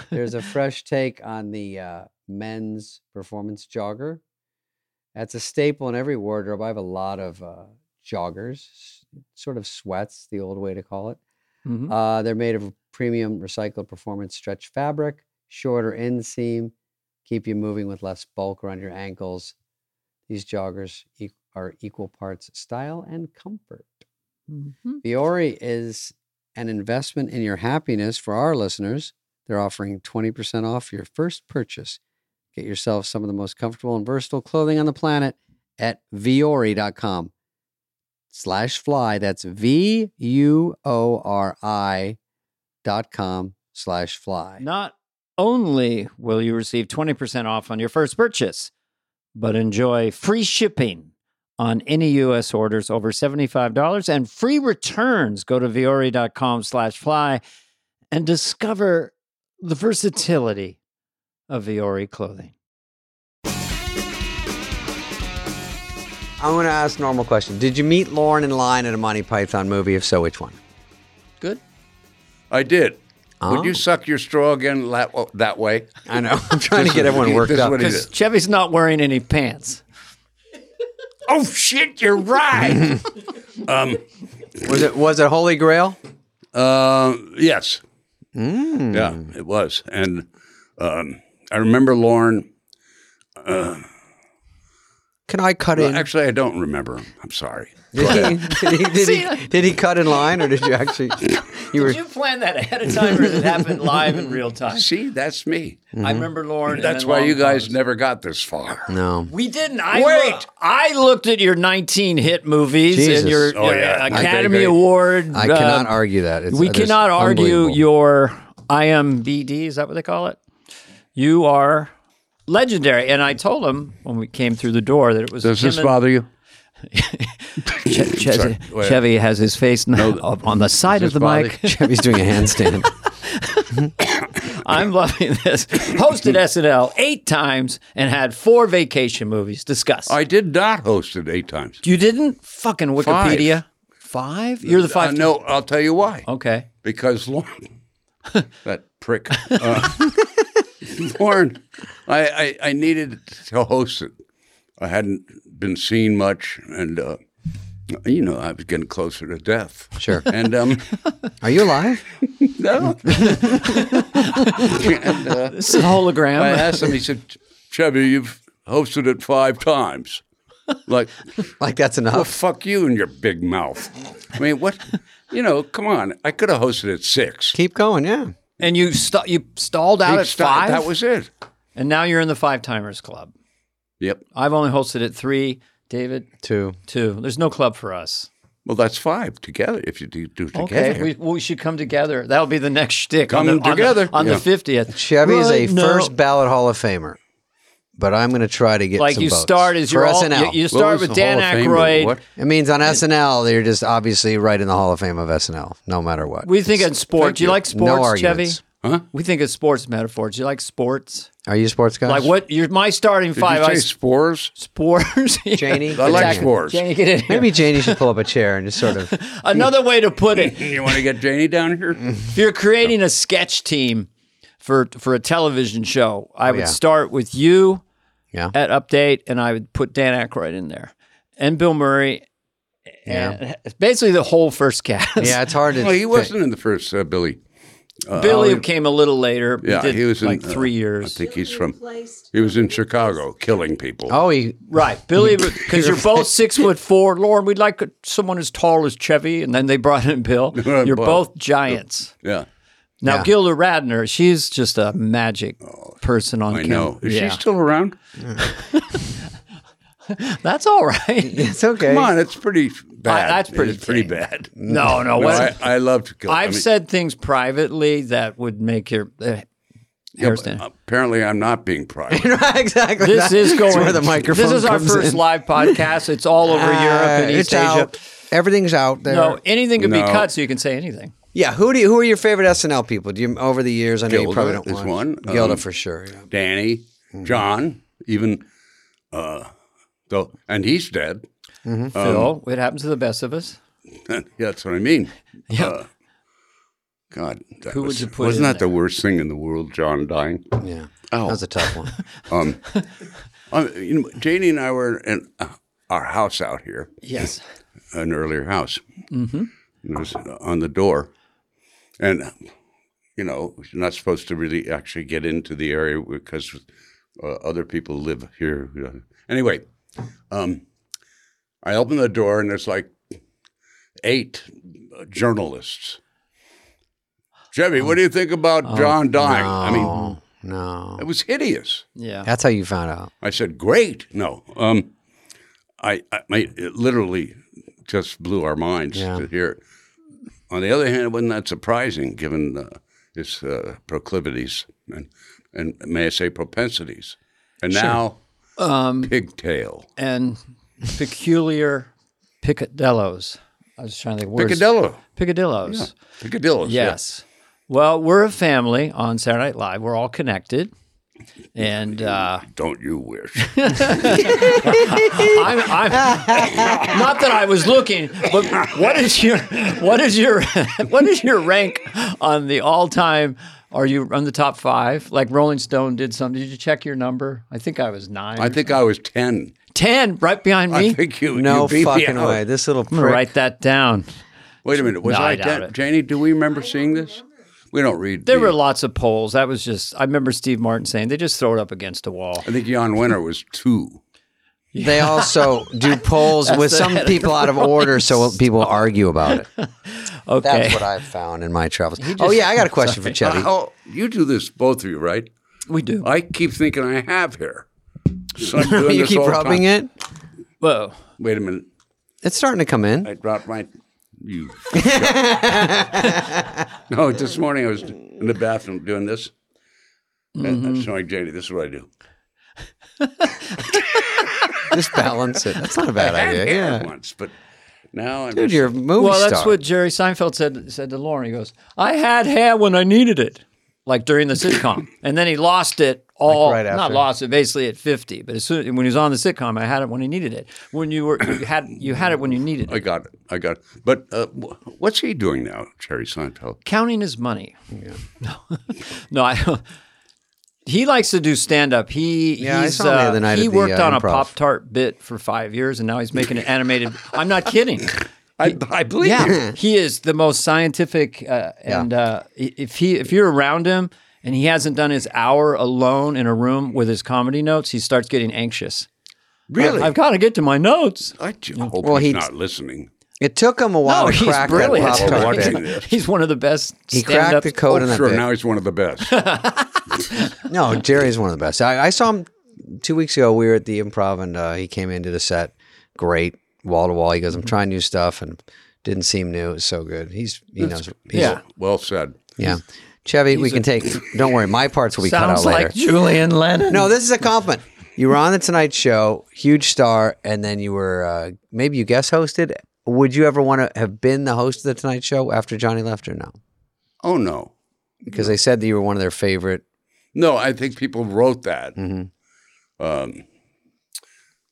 A: there's a fresh take on the uh, men's performance jogger. That's a staple in every wardrobe. I have a lot of uh, joggers, s- sort of sweats, the old way to call it.
B: Mhm.
A: Uh, they're made of premium recycled performance stretch fabric, shorter inseam, keep you moving with less bulk around your ankles. These joggers e- are equal parts style and comfort.
B: Mhm.
A: Viore is an investment in your happiness for our listeners. They're offering 20% off your first purchase. Get yourself some of the most comfortable and versatile clothing on the planet at viore.com slash fly. That's V U O R I dot com slash fly.
B: Not only will you receive 20% off on your first purchase, but enjoy free shipping on any U.S. orders over $75 and free returns. Go to viore.com slash fly and discover the versatility of Viore clothing.
A: I'm going to ask a normal question. Did you meet Lauren in line at a Monty Python movie? If so, which one? [laughs]
D: Good.
C: I did.
A: Oh.
C: Would you suck your straw again that, that way?
A: I know. I'm trying to
C: This
A: get
C: is-
A: everyone worked
C: this is
A: up.
C: what he
A: 'Cause-
C: did.
B: Because Chevy's not wearing any pants.
C: [laughs] Oh shit!
B: [laughs]
C: You're right. um.
A: Was it, was it Holy Grail?
C: Uh, yes.
B: Hmm.
C: Yeah, it was. And um, I remember Lauren.
A: Can I cut in?
C: Uh, Actually, I don't remember. I'm sorry.
A: Did
B: [laughs]
A: he, did, he, did,
B: See?
A: he, did he cut in line or did you
B: [laughs]
A: actually? You were.
B: Did you plan that ahead of time or did it happen live in real [laughs] time?
C: See, that's me.
B: I remember Lauren.
C: That's why you guys never got this far.
A: No.
B: We didn't. I
C: Wait!
B: look- I looked at your 19 hit movies
A: Jesus.
B: and your,
C: Oh,
B: your
C: yeah.
B: Academy
C: Okay, great.
B: Award.
A: I
B: uh,
A: cannot argue that. It's,
B: we
A: it's
B: cannot argue
A: unbelievable.
B: your IMBD. Is that what they call it? You are legendary. And I told him when we came through the door that it was.
C: Does
B: him
C: this
B: and-
C: bother you?
B: Che- Che-
C: Sorry, wait.
B: Chevy has his face now [laughs] up on the side of
C: this
B: the
C: bother
B: mic.
A: [laughs] Chevy's doing a handstand.
B: [laughs] I'm loving this. Hosted SNL eight times and had four vacation movies. Discuss.
C: I did not host it eight times.
B: You didn't? Fucking Wikipedia. 5 You're the
C: Uh,
B: five.
C: no, I'll tell you why.
B: Okay. [laughs]
C: Because Lauren, that prick, uh, [laughs] Lauren, I, I, I needed to host it. I hadn't been seen much, and uh, you know I was getting closer to death.
A: Sure.
B: [laughs]
C: And um,
A: Are you alive?
C: no. and, uh,
B: This is a hologram.
C: I asked him. He said, "Chevy, you've hosted it five times. Like,
A: Like that's
C: well,
A: enough.
C: fuck you and your big mouth. I mean, what? You know, come on. I could have hosted it six.
A: Keep going. Yeah.
B: [laughs] and you st- you stalled out
C: Each
B: at
C: time,
B: five.
C: That was it.
B: and now you're in the five timers club.
C: Yep.
B: I've only hosted at three. David,
A: Two.
B: two. There's no club for us.
C: Well, that's five together. If you do, do together,
B: We, we should come together. That'll be the next shtick. on
C: Come
B: the- on the-
C: together.
B: on
C: Yeah.
B: the fiftieth.
A: Chevy is a
B: Right now-
A: first ballot Hall of Famer, but I'm going to try to get
B: Like
A: some
B: you
A: votes.
B: start as
A: for
B: your
A: SNL.
B: You, you
C: What
B: start
C: was
B: with
C: the
B: Dan
C: Hall of Fame?
B: Aykroyd.
C: What?
A: it means on SNL you're just obviously right in the Hall of Fame of SNL, no matter what.
B: We think in sports.
C: Thank
B: Do you
C: you.
B: like
A: no
B: sports, Chevy?
A: arguments.
C: Huh?
B: We think of sports metaphors. You like sports?
A: Are you a sports guy?
B: Like what? You're my starting
C: Did
B: five.
C: you
B: I
C: say
B: s-
C: spores?
B: spores. [laughs] Yeah.
A: Janie?
C: [laughs] I like
A: Exactly.
C: spores.
B: Janie, get in here.
A: Maybe Janie should pull up a chair and just sort of.
B: Another way to put it,
C: You want to get Janie down
B: [laughs]
C: here?
B: if you're creating a sketch team for for a television show, I would
A: yeah.
B: start with you
A: Yeah.
B: at Update, and I would put Dan Aykroyd in there and Bill Murray, and basically the whole first cast.
A: Yeah, it's hard to.
C: Well, he
A: fit-
C: wasn't in the first uh, Billy.
B: [laughs] Billy came a little later.
C: Yeah,
B: he, did
C: he was in,
B: like
C: uh,
B: three
C: I
B: years.
C: think he's from. He was in Chicago, killing people.
A: Oh, he.
B: Right, Billy,
C: [laughs]
B: because you're both six foot four. Lauren, we'd like someone as tall as Chevy, and then they brought in
C: [laughs]
B: Bill. You're both giants.
C: Yeah, Oh,
B: Now
A: Yeah.
B: Gilda Radner, she's just a magic person on
C: I
B: camera.
C: know. Is
B: yeah.
C: she still around?
B: That's all right.
C: [laughs]
A: It's okay.
C: Come on, it's pretty bad.
B: that's pretty
C: It's pretty
B: tame.
C: bad.
A: [laughs]
B: No, no.
C: No,
B: what-
C: I, I loved. Gil- I
B: I've
C: mean,
B: said things privately that would make your uh, hair stand.
C: Apparently, I'm not being
B: [laughs]
C: private.
A: [laughs] exactly.
B: This
A: [laughs]
B: is
A: That's
B: going.
A: where the microphone.
B: This is our
A: comes
B: first
A: in.
B: live podcast. It's
A: [laughs]
B: all over
A: Uh,
B: Europe and East
A: it's
B: Asia.
A: out. Everything's out there.
B: No, anything can be
C: No.
B: cut, so you can say anything.
A: Yeah, who do you, who are your favorite SNL people? Do you over the years? I know you
C: Gilda
A: probably don't
C: is
A: watch.
C: one.
A: Gilda
C: Um,
A: for sure. Yeah.
C: Danny,
B: Mm-hmm.
C: John, even. Uh, though, and he's dead. [laughs]
A: Um,
B: Phil, it happens to the best of us. Uh,
C: yeah, that's what I mean.
B: Yeah.
C: God, that
B: Who would
C: was,
B: you put
C: Wasn't
B: in
C: that the worst thing in the world? John dying.
A: yeah.
C: Oh.
A: That was a tough one.
C: Um, um, you know, Janie and I were in uh, our house out here,
B: Yes.
C: an earlier house. Mm-hmm. It was on the door, and you know you're not supposed to really actually get into the area because uh, other people live here. you know. Anyway, um, I open the door and there's like eight uh, journalists. Jimmy, what do you think about
B: Oh,
C: John dying? [laughs] I mean,
A: Oh, no.
C: it was hideous.
B: Yeah.
A: That's how you found out.
C: I said, "Great!" No, um, I, I my, it literally just blew our minds
A: Yeah.
C: to hear. It. On the other hand, it wasn't that surprising given uh, his uh, proclivities and and may I say propensities, and now
B: Um,
C: pigtail
B: and peculiar picadillos. I was trying to think. where's-
C: picadillo,
B: Picadillos.
C: picadillos. yeah.
B: Yes. Well, we're a family on Saturday Night Live. We're all connected. And uh,
C: Don't you wish?
B: I'm, I'm not that I was looking, but what is your what is your [laughs] what is your rank on the all time? Are you on the top five? Like Rolling Stone did some. Did you check your number? I think I was nine.
C: I think I was ten.
B: ten, right behind
C: I
B: me.
C: think you.
A: No
C: you beat me
A: fucking
C: out.
A: way. This little
B: I'm gonna
A: prick.
B: write that down.
C: Wait a minute. Was
B: No, I
C: I,
B: doubt
C: ten?
B: it.
C: Janie, do we remember seeing this? We don't read.
B: There
C: the-
B: were lots of polls. That was just. I remember Steve Martin saying they just throw it up against a wall.
C: I think Jan Winter was two.
A: They [laughs] also do polls with some people out of order, so people argue about [laughs] it.
B: Okay.
A: That's what I've found in my travels. oh yeah, I got a [laughs] question for Chevy.
C: Oh, you do this, both of you, right?
B: we do.
C: I keep thinking I have hair.
A: [laughs]
C: So I'm doing
A: you
C: this
A: keep
C: all the
A: rubbing
C: time.
A: it.
B: Whoa.
C: Wait a minute.
A: It's starting to come in.
C: I dropped my.
A: [laughs]
C: You. no, this morning I was in the bathroom doing this.
A: Mm-hmm.
C: And I'm showing Janie, this is what I do.
A: Just balance it. That's not a bad idea.
C: Hair
A: Yeah,
C: Once, but now I'm.
A: dude,
C: just-
A: you're a movie
B: Well, that's
A: star.
B: what Jerry Seinfeld said said to Lauren. He goes, "I had hair when I needed it, like during
A: [laughs]
B: the sitcom, and then he lost it all.
A: right
B: not
A: after.
B: lost it, basically at fifty, but as soon when he was on the sitcom, I had it when he needed it. When you were you had you had it when you needed
C: I
B: it.
C: got it. I got it. But uh, wh- what's he doing now, Jerry Seinfeld?
B: Counting his money. [laughs] No, no, I. He likes to do stand up. He
A: Yeah, I
B: he's,
A: saw him the
B: uh,
A: other night
B: he
A: at the,
B: worked
A: uh,
B: on a
A: improv.
B: Pop Tart bit for five years, and now he's making an animated. I'm not kidding.
C: I, I believe you.
B: Yeah, he is the most scientific, uh, and uh, i- if he if you're around him and he hasn't done his hour alone in a room with his comedy notes, he starts getting anxious.
C: Really?
B: I've got to get to my notes.
C: I ju- hope
A: Well,
C: he's
A: he-
C: not listening.
A: it took him a while
B: Oh,
A: to
B: he's
A: crack that
B: brilliant.
A: pop
C: Pop-Tart
A: tart
C: watching
A: bit.
B: [laughs]
C: this.
B: He's one of the best.
A: He cracked the code in that
C: Oh, Sure,
A: bit.
C: now he's one of
A: [laughs]
C: the best.
A: No, Jerry's one of the best. I, I saw him two weeks ago. We were at the improv and uh, he came in, did a set. Great, wall to wall. He goes,
B: Mm-hmm.
A: I'm trying new stuff and didn't seem new. It was so good. He's, he knows. He's,
B: Yeah,
C: well said.
A: Yeah. Chevy, we can take, don't worry, my parts will be cut out
B: sounds
A: later.
B: like Julian Lennon.
A: no, this is a compliment. You were on The Tonight Show, huge star, and then you were, uh, maybe you guest hosted. Would you ever want to have been the host of The Tonight Show after Johnny left or no?
C: Oh no.
A: Because they said that you were one of their favorite.
C: No, I think people wrote that.
A: Mhm.
B: Mm-hmm.
C: Um,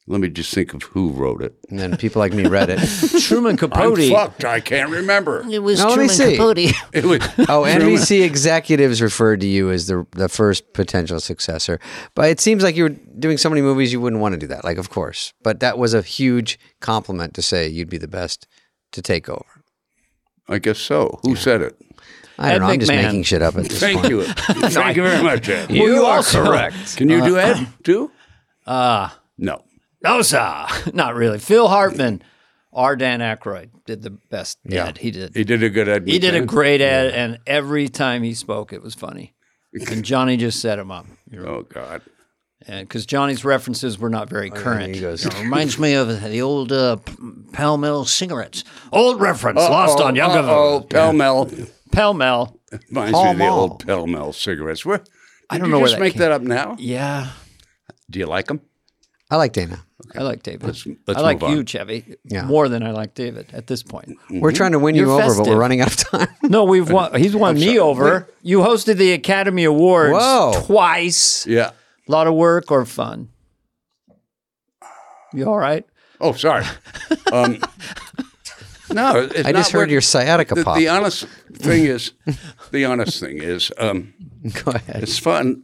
C: let me just think of who wrote it.
A: And then people like
D: [laughs]
A: me read it. [laughs]
B: Truman
C: I'm
B: Capote.
C: fucked. I can't remember.
D: It was
A: Now, let me
D: Truman
A: see.
D: Capote.
C: It was,
A: Oh, NBC executives referred to you as the the first potential successor. But it seems like you were doing so many movies you wouldn't want to do that. Like, of course. But that was a huge compliment to say you'd be the best to take over.
C: I guess so. Who said it?
A: I don't
B: Ed
A: know. I'm just
B: McMahon.
A: making shit up at this
C: Thank
A: point.
B: [laughs]
C: you. Thank you very much, Ed.
B: You You are also- correct. Uh,
C: Can you do Ed
B: [clears throat]
C: too?
B: Ah,
C: No.
B: Osa. [laughs] Not really. Phil Hartman or Dan Aykroyd did the best yeah. he did.
C: He did a good Ed.
B: He did a
C: McMahon.
B: great ad, and every time he spoke, it was funny. And Johnny just set him up
C: Oh God.
B: because Uh, Johnny's references were not
C: Oh,
B: very current.
A: he goes-
B: You know, reminds me of the old uh, P- Pall Mall cigarettes. Old reference, lost on younger.
C: Oh, Pell Mell.
B: Pall Mall.
C: Reminds me
B: Pall
C: of the
B: Mall.
C: old Pell Mell cigarettes. Where? I
B: don't
C: you
B: know where
C: Just
B: that
C: make
B: came-
C: that up now.
B: Yeah,
C: Do you like them?
A: I like Dana.
B: I like David. I
C: let's
B: like
C: move on.
B: you, Chevy,
A: Yeah.
B: more than I like David at this point.
A: We're trying to win
B: You're
A: you over, but
B: festive.
A: we're running out of time.
B: No, we've won. He's won me over. You hosted the Academy Awards
A: Whoa.
B: twice.
C: Yeah.
B: A lot of work or fun. You all right?
C: Oh, sorry.
A: [laughs]
C: Um, no, it's
A: I just
C: not
A: heard
C: work-
A: your sciatica
C: The,
A: pop.
C: the honest thing is, the honest thing is, um,
A: [laughs] Go ahead.
C: it's fun.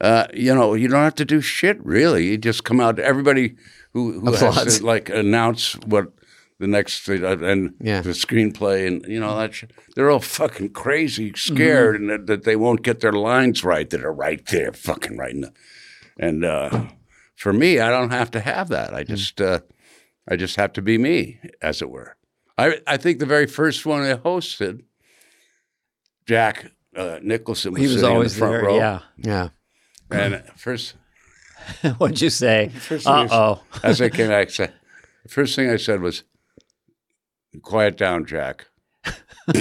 C: Uh, you know, you don't have to do shit really. You just come out. Everybody who, who has
A: Applauds.
C: to like announce what the next thing uh, and
A: Yeah.
C: the screenplay and you know that shit. they're all fucking crazy, scared,
A: Mm-hmm.
C: and that, that they won't get their lines right that are right there, fucking right. In the, and uh, for me, I don't have to have that.
A: Mm.
C: I just uh, I just have to be me, as it were. I I think the very first one I hosted, Jack uh, Nicholson was,
B: He was
C: sitting
B: always
C: in the front
B: there.
C: row.
B: Yeah. [laughs]
A: Yeah.
C: And at first,
B: What'd you say?
C: First
B: Uh
C: thing is-
B: oh.
C: as I came back, I said, the first thing I said was, "Quiet down, Jack." [laughs]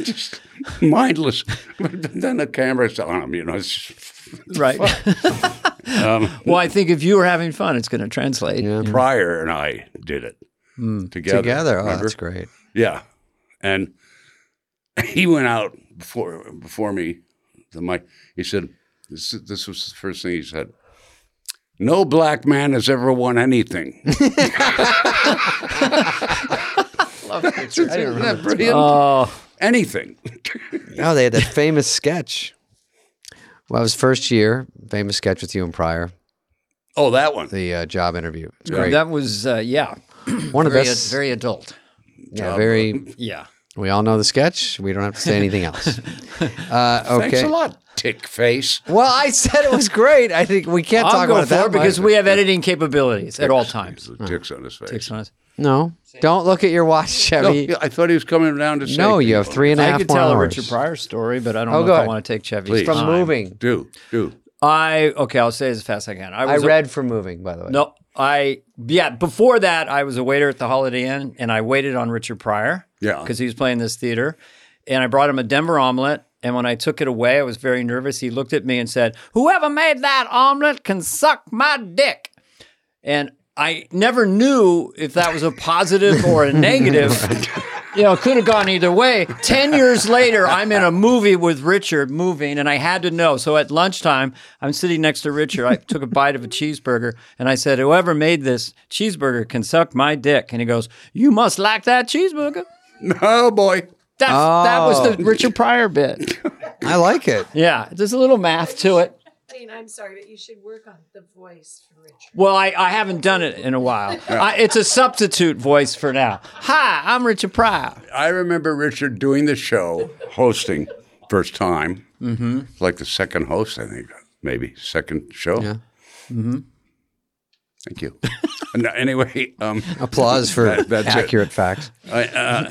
C: just mindless. But then the camera's on him, you know. It's just,
B: Right.
C: [laughs] um,
B: well, I think if you were having fun, it's going to translate.
A: Yeah.
C: Pryor and I did it together.
A: Together. Oh,
C: remember?
A: that's great.
C: Yeah, and [laughs] he went out before before me. The mic. He said, "This this was the first thing he said." No black man has ever won anything. [laughs] Isn't that brilliant?
B: Oh,
C: anything.
A: Oh, they had that famous sketch. Well, it was first year, famous sketch with you and Pryor,
C: Oh, that one.
A: the uh, job interview. It's great.
B: that was, uh, yeah.
A: One of the
D: Very,
A: best.
D: very adult.
A: yeah,
B: [laughs]
A: very.
B: Yeah.
A: We all know the sketch. We don't have to say anything else. Uh, okay.
C: Thanks a lot, tick face.
A: Well, I said it was great. I think we can't
B: I'll
A: talk
B: go
A: about
B: for
A: that
B: it because we have editing capabilities at all times.
C: The ticks on his face.
B: Six months.
A: no. Don't look at your watch, Chevy.
C: No, yeah, I thought he was coming down to say.
A: No, you have three and a half
B: I could
A: more
B: tell a
A: hours.
B: Richard Pryor story, but I don't
A: Oh,
B: know
A: go
B: if I
A: ahead.
B: want to take Chevy's
C: Please.
A: from
B: time.
A: moving.
C: Do do. [laughs]
B: I okay, I'll say it as fast as I can. I,
A: I
B: was a-
A: read from moving, by the way.
B: no, I yeah. Before that, I was a waiter at the Holiday Inn, and I waited on Richard Pryor.
C: Yeah.
B: because he was playing this theater, and I brought him a Denver omelet. And when I took it away, I was very nervous. He looked at me and said, "Whoever made that omelet can suck my dick." And I never knew if that was a positive or a negative. You know, it could have gone either way. Ten years later, I'm in a movie with Richard moving, and I had to know. So at lunchtime, I'm sitting next to Richard. I took a bite of a cheeseburger, and I said, Whoever made this cheeseburger can suck my dick. And he goes, You must like that cheeseburger.
C: Oh boy.
B: That's, That
A: Oh.
B: was the Richard Pryor bit.
A: I like it.
B: Yeah, there's a little math to it.
E: Dean, I'm sorry, but you should work on the voice for Richard.
B: Well, I, I haven't done it in a while. I, it's a substitute voice for now. Hi, I'm Richard Pryor.
C: I remember Richard doing the show, hosting first time, mm-hmm. like the second host, I think, maybe second show.
A: Yeah.
C: Thank you. [laughs] And anyway, um,
A: Applause for
C: That- that's it.
A: accurate facts.
C: I, uh,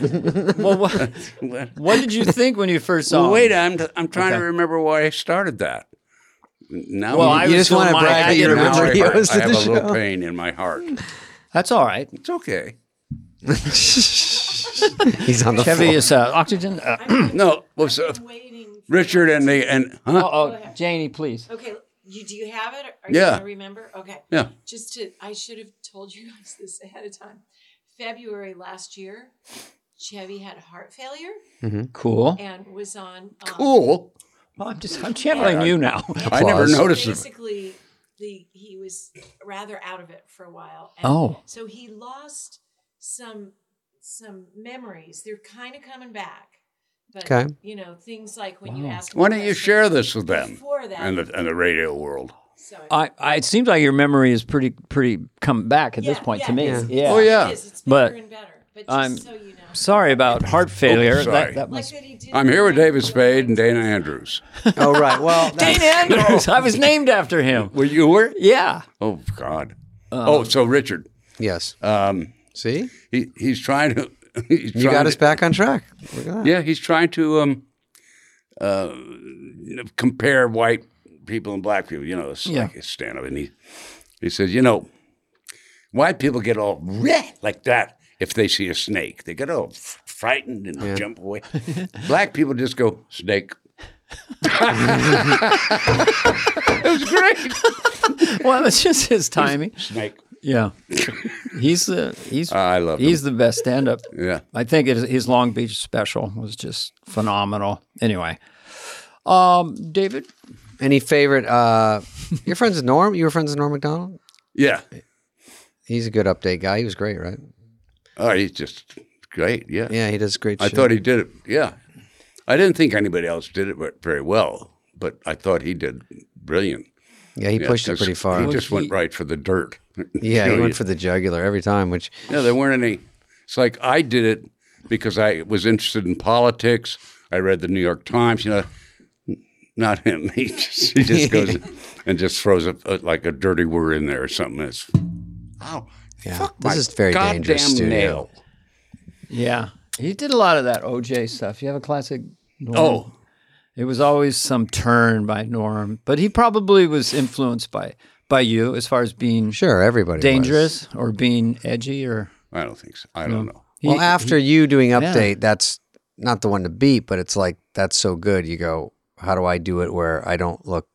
B: Well, what,
C: well,
B: what did you think when you first saw him?
C: wait, I'm I'm trying
B: Okay.
C: to remember why I started that. Now,
B: Well,
C: I'm-
B: I
A: you
B: was
A: just
B: still
A: want to
B: my
A: brag that you
B: agony
C: now
A: remember
C: I,
A: he
C: I have
A: hosted
C: a
A: the
C: little
A: show.
C: pain in my heart.
B: That's all right.
C: It's okay.
A: He's on the
B: Chevy
A: floor.
B: is uh, oxygen. Uh,
C: [clears throat] No, well, so,
E: I'm waiting. For
C: Richard and the and huh?
B: oh, Janie, please.
E: Okay, you, do you have it? Are
C: Yeah.
E: you going to remember? Okay.
C: Yeah.
E: [laughs] Just to, I should have told you guys this ahead of time. February last year, Chevy had heart failure
B: Cool.
E: and was on um,
C: Cool.
B: Well, I'm just I'm channeling you now.
C: I never
A: Applause.
C: noticed it.
E: basically the he was rather out of it for a while. And
B: Oh.
E: so he lost some some memories. They're kind of coming back, but
A: Okay.
E: you know things like when you ask.
C: Why don't you share this with them
E: Before that,
C: and the, and the radio world?
E: so
B: I, I it seems like your memory is pretty pretty come back at this
E: Yeah,
B: point
E: yeah,
B: to me.
E: it is.
C: Oh yeah,
E: it is, it's
B: But
E: better and better. But just
B: I'm
E: so you know,
B: Sorry about heart failure.
C: Oh, sorry.
B: That, that
E: like
B: must.
E: that he did.
C: I'm here with David Spade and Dana Andrews.
A: [laughs] Oh, right. Well,
B: Dean Andrews. [laughs] I was named after him.
C: Were you were?
B: Yeah.
C: Oh God.
A: Uh-huh.
C: oh, so Richard,
A: yes.
C: um,
A: See,
C: he he's trying to. [laughs] He's
A: you got
C: trying
A: us
C: to-
A: back on track. Look at that.
C: Yeah, he's trying to um, uh, compare white people and black people. You know, it's
B: Yeah.
C: like his stand up, and he he says, you know, white people get all "Bleh," like that if they see a snake. They get all f- frightened and jump
A: [laughs]
C: away. black people just go snake. it was great.
B: Well, it's just his timing.
C: Snake.
B: Yeah. He's the he's
C: Ah, I love him.
B: he's the best stand up.
C: Yeah.
B: I think his, his Long Beach special was just phenomenal. Anyway, um, David,
A: Any favorite? Uh, your friends with Norm? You were friends with Norm McDonald?
C: Yeah.
A: He's a good update guy. He was great, right?
C: Oh, he's just great. Yeah.
A: Yeah, he does great.
C: I
A: shit.
C: thought he did it. Yeah, I didn't think anybody else did it ve- very well, but I thought he did brilliant.
A: yeah, he
C: Yeah,
A: pushed it
C: 'cause
A: pretty far.
C: He just went
B: he-
C: right for the dirt. [laughs]
A: yeah, he
C: You know,
A: went for the jugular every time, which
C: yeah, there weren't any. It's like I did it because I was interested in politics. I read the New York Times. You know, not him. [laughs] He just, he
A: [laughs]
C: just goes and just throws a, a- like a dirty word in there or something. It's ow.
A: Yeah,
C: fuck
A: this
C: my
A: is very dangerous
C: goddamn
A: studio.
C: Nail.
B: yeah, he did a lot of that OJ stuff. You have a classic. Norm?
C: Oh,
B: it was always some turn by Norm, but he probably was influenced by by you as far as being
A: sure everybody was.
B: dangerous or being edgy or
C: I don't think so. I don't know.
A: Well, after you doing update, that's not the one to beat, but it's like that's so good. You go, how do I do it where I don't look,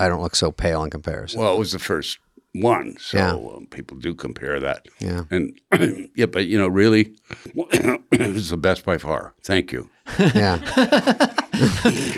A: I don't look so pale in
C: [laughs]
A: comparison?
C: Well, it was the first one, so
A: Yeah.
C: um, people do compare that.
A: Yeah.
C: And [clears throat] yeah, but you know, really, [coughs] it was the best by far. Thank you.
A: yeah,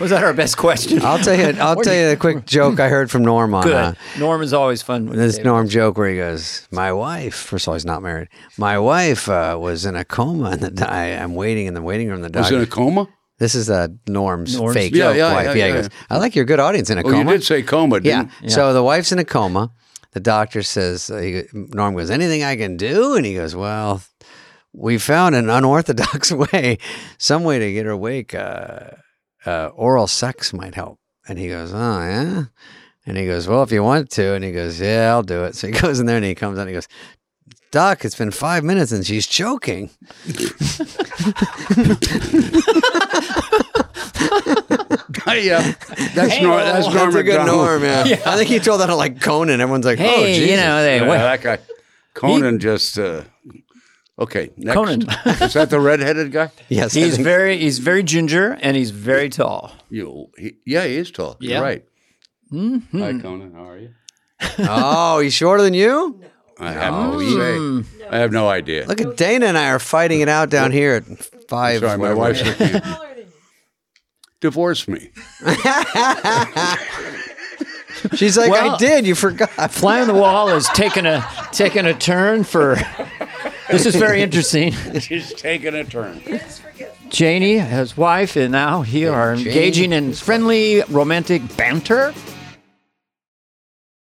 B: was that our best question?
C: Ah.
A: I'll tell you, I'll tell you a
C: [laughs]
A: quick joke I heard from Norm on.
B: Good.
A: uh,
B: Norm is always fun. With
A: this
B: David.
A: Norm joke where he goes, "My wife." First of all, he's not married. My wife uh, was in a coma, and the di- I'm waiting in the waiting room. The
C: Was
A: doctor.
C: in a coma?
A: this is uh, Norm's,
B: Norm's-
A: fake
C: Yeah,
A: joke
C: yeah,
A: wife.
C: yeah,
A: Yeah,
C: yeah,
A: he goes, "I like your good audience in a
C: Oh,
A: coma."
C: you did say coma,
A: yeah.
C: didn't
A: So the wife's in a coma. The doctor says, uh, he, Norm goes, anything I can do? And he goes, well, we found an unorthodox [laughs] way, some way to get her awake. Uh, uh, oral sex might help. And he goes, oh, yeah. And he goes, well, if you want to. And he goes, yeah, I'll do it. So he [laughs] goes in there and he comes out and he goes, Doc, it's been five minutes and she's choking.
C: [laughs] yeah. That's, nor- that's Norm.
A: That's a good
C: Macdonald.
A: Norm, yeah. I think he told that on like Conan. Everyone's like, oh,
B: Hey,
A: Jesus.
B: you know, they,
C: Yeah,
B: wait,
C: that guy. Conan just. Uh, okay. Next.
B: Conan.
C: [laughs] is that the
A: [laughs]
C: redheaded guy?
A: Yes, I
B: He's
A: think-
B: very he's very ginger and he's very tall.
C: You. He, yeah, he is tall.
B: Yeah.
C: You're right.
A: Mm-hmm.
C: Hi, Conan. How are you?
A: oh, he's shorter than you?
C: I have no say. I have no idea.
A: Mm. Look at Dana and I are fighting it out down here at five.
C: Sorry, my
A: whatever. [laughs]
C: wife's looking. at-
E: taller than you.
C: Divorce me.
A: She's like, I
B: Well-
A: did. You
B: [laughs]
A: forgot.
B: Fly on the wall is taking a taking a turn for. This is very interesting.
C: [laughs] She's taking a turn.
B: Janie, his wife, and now he are engaging in friendly romantic banter.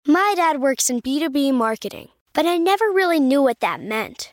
F: My dad works in B2B marketing, but I never really knew what that meant.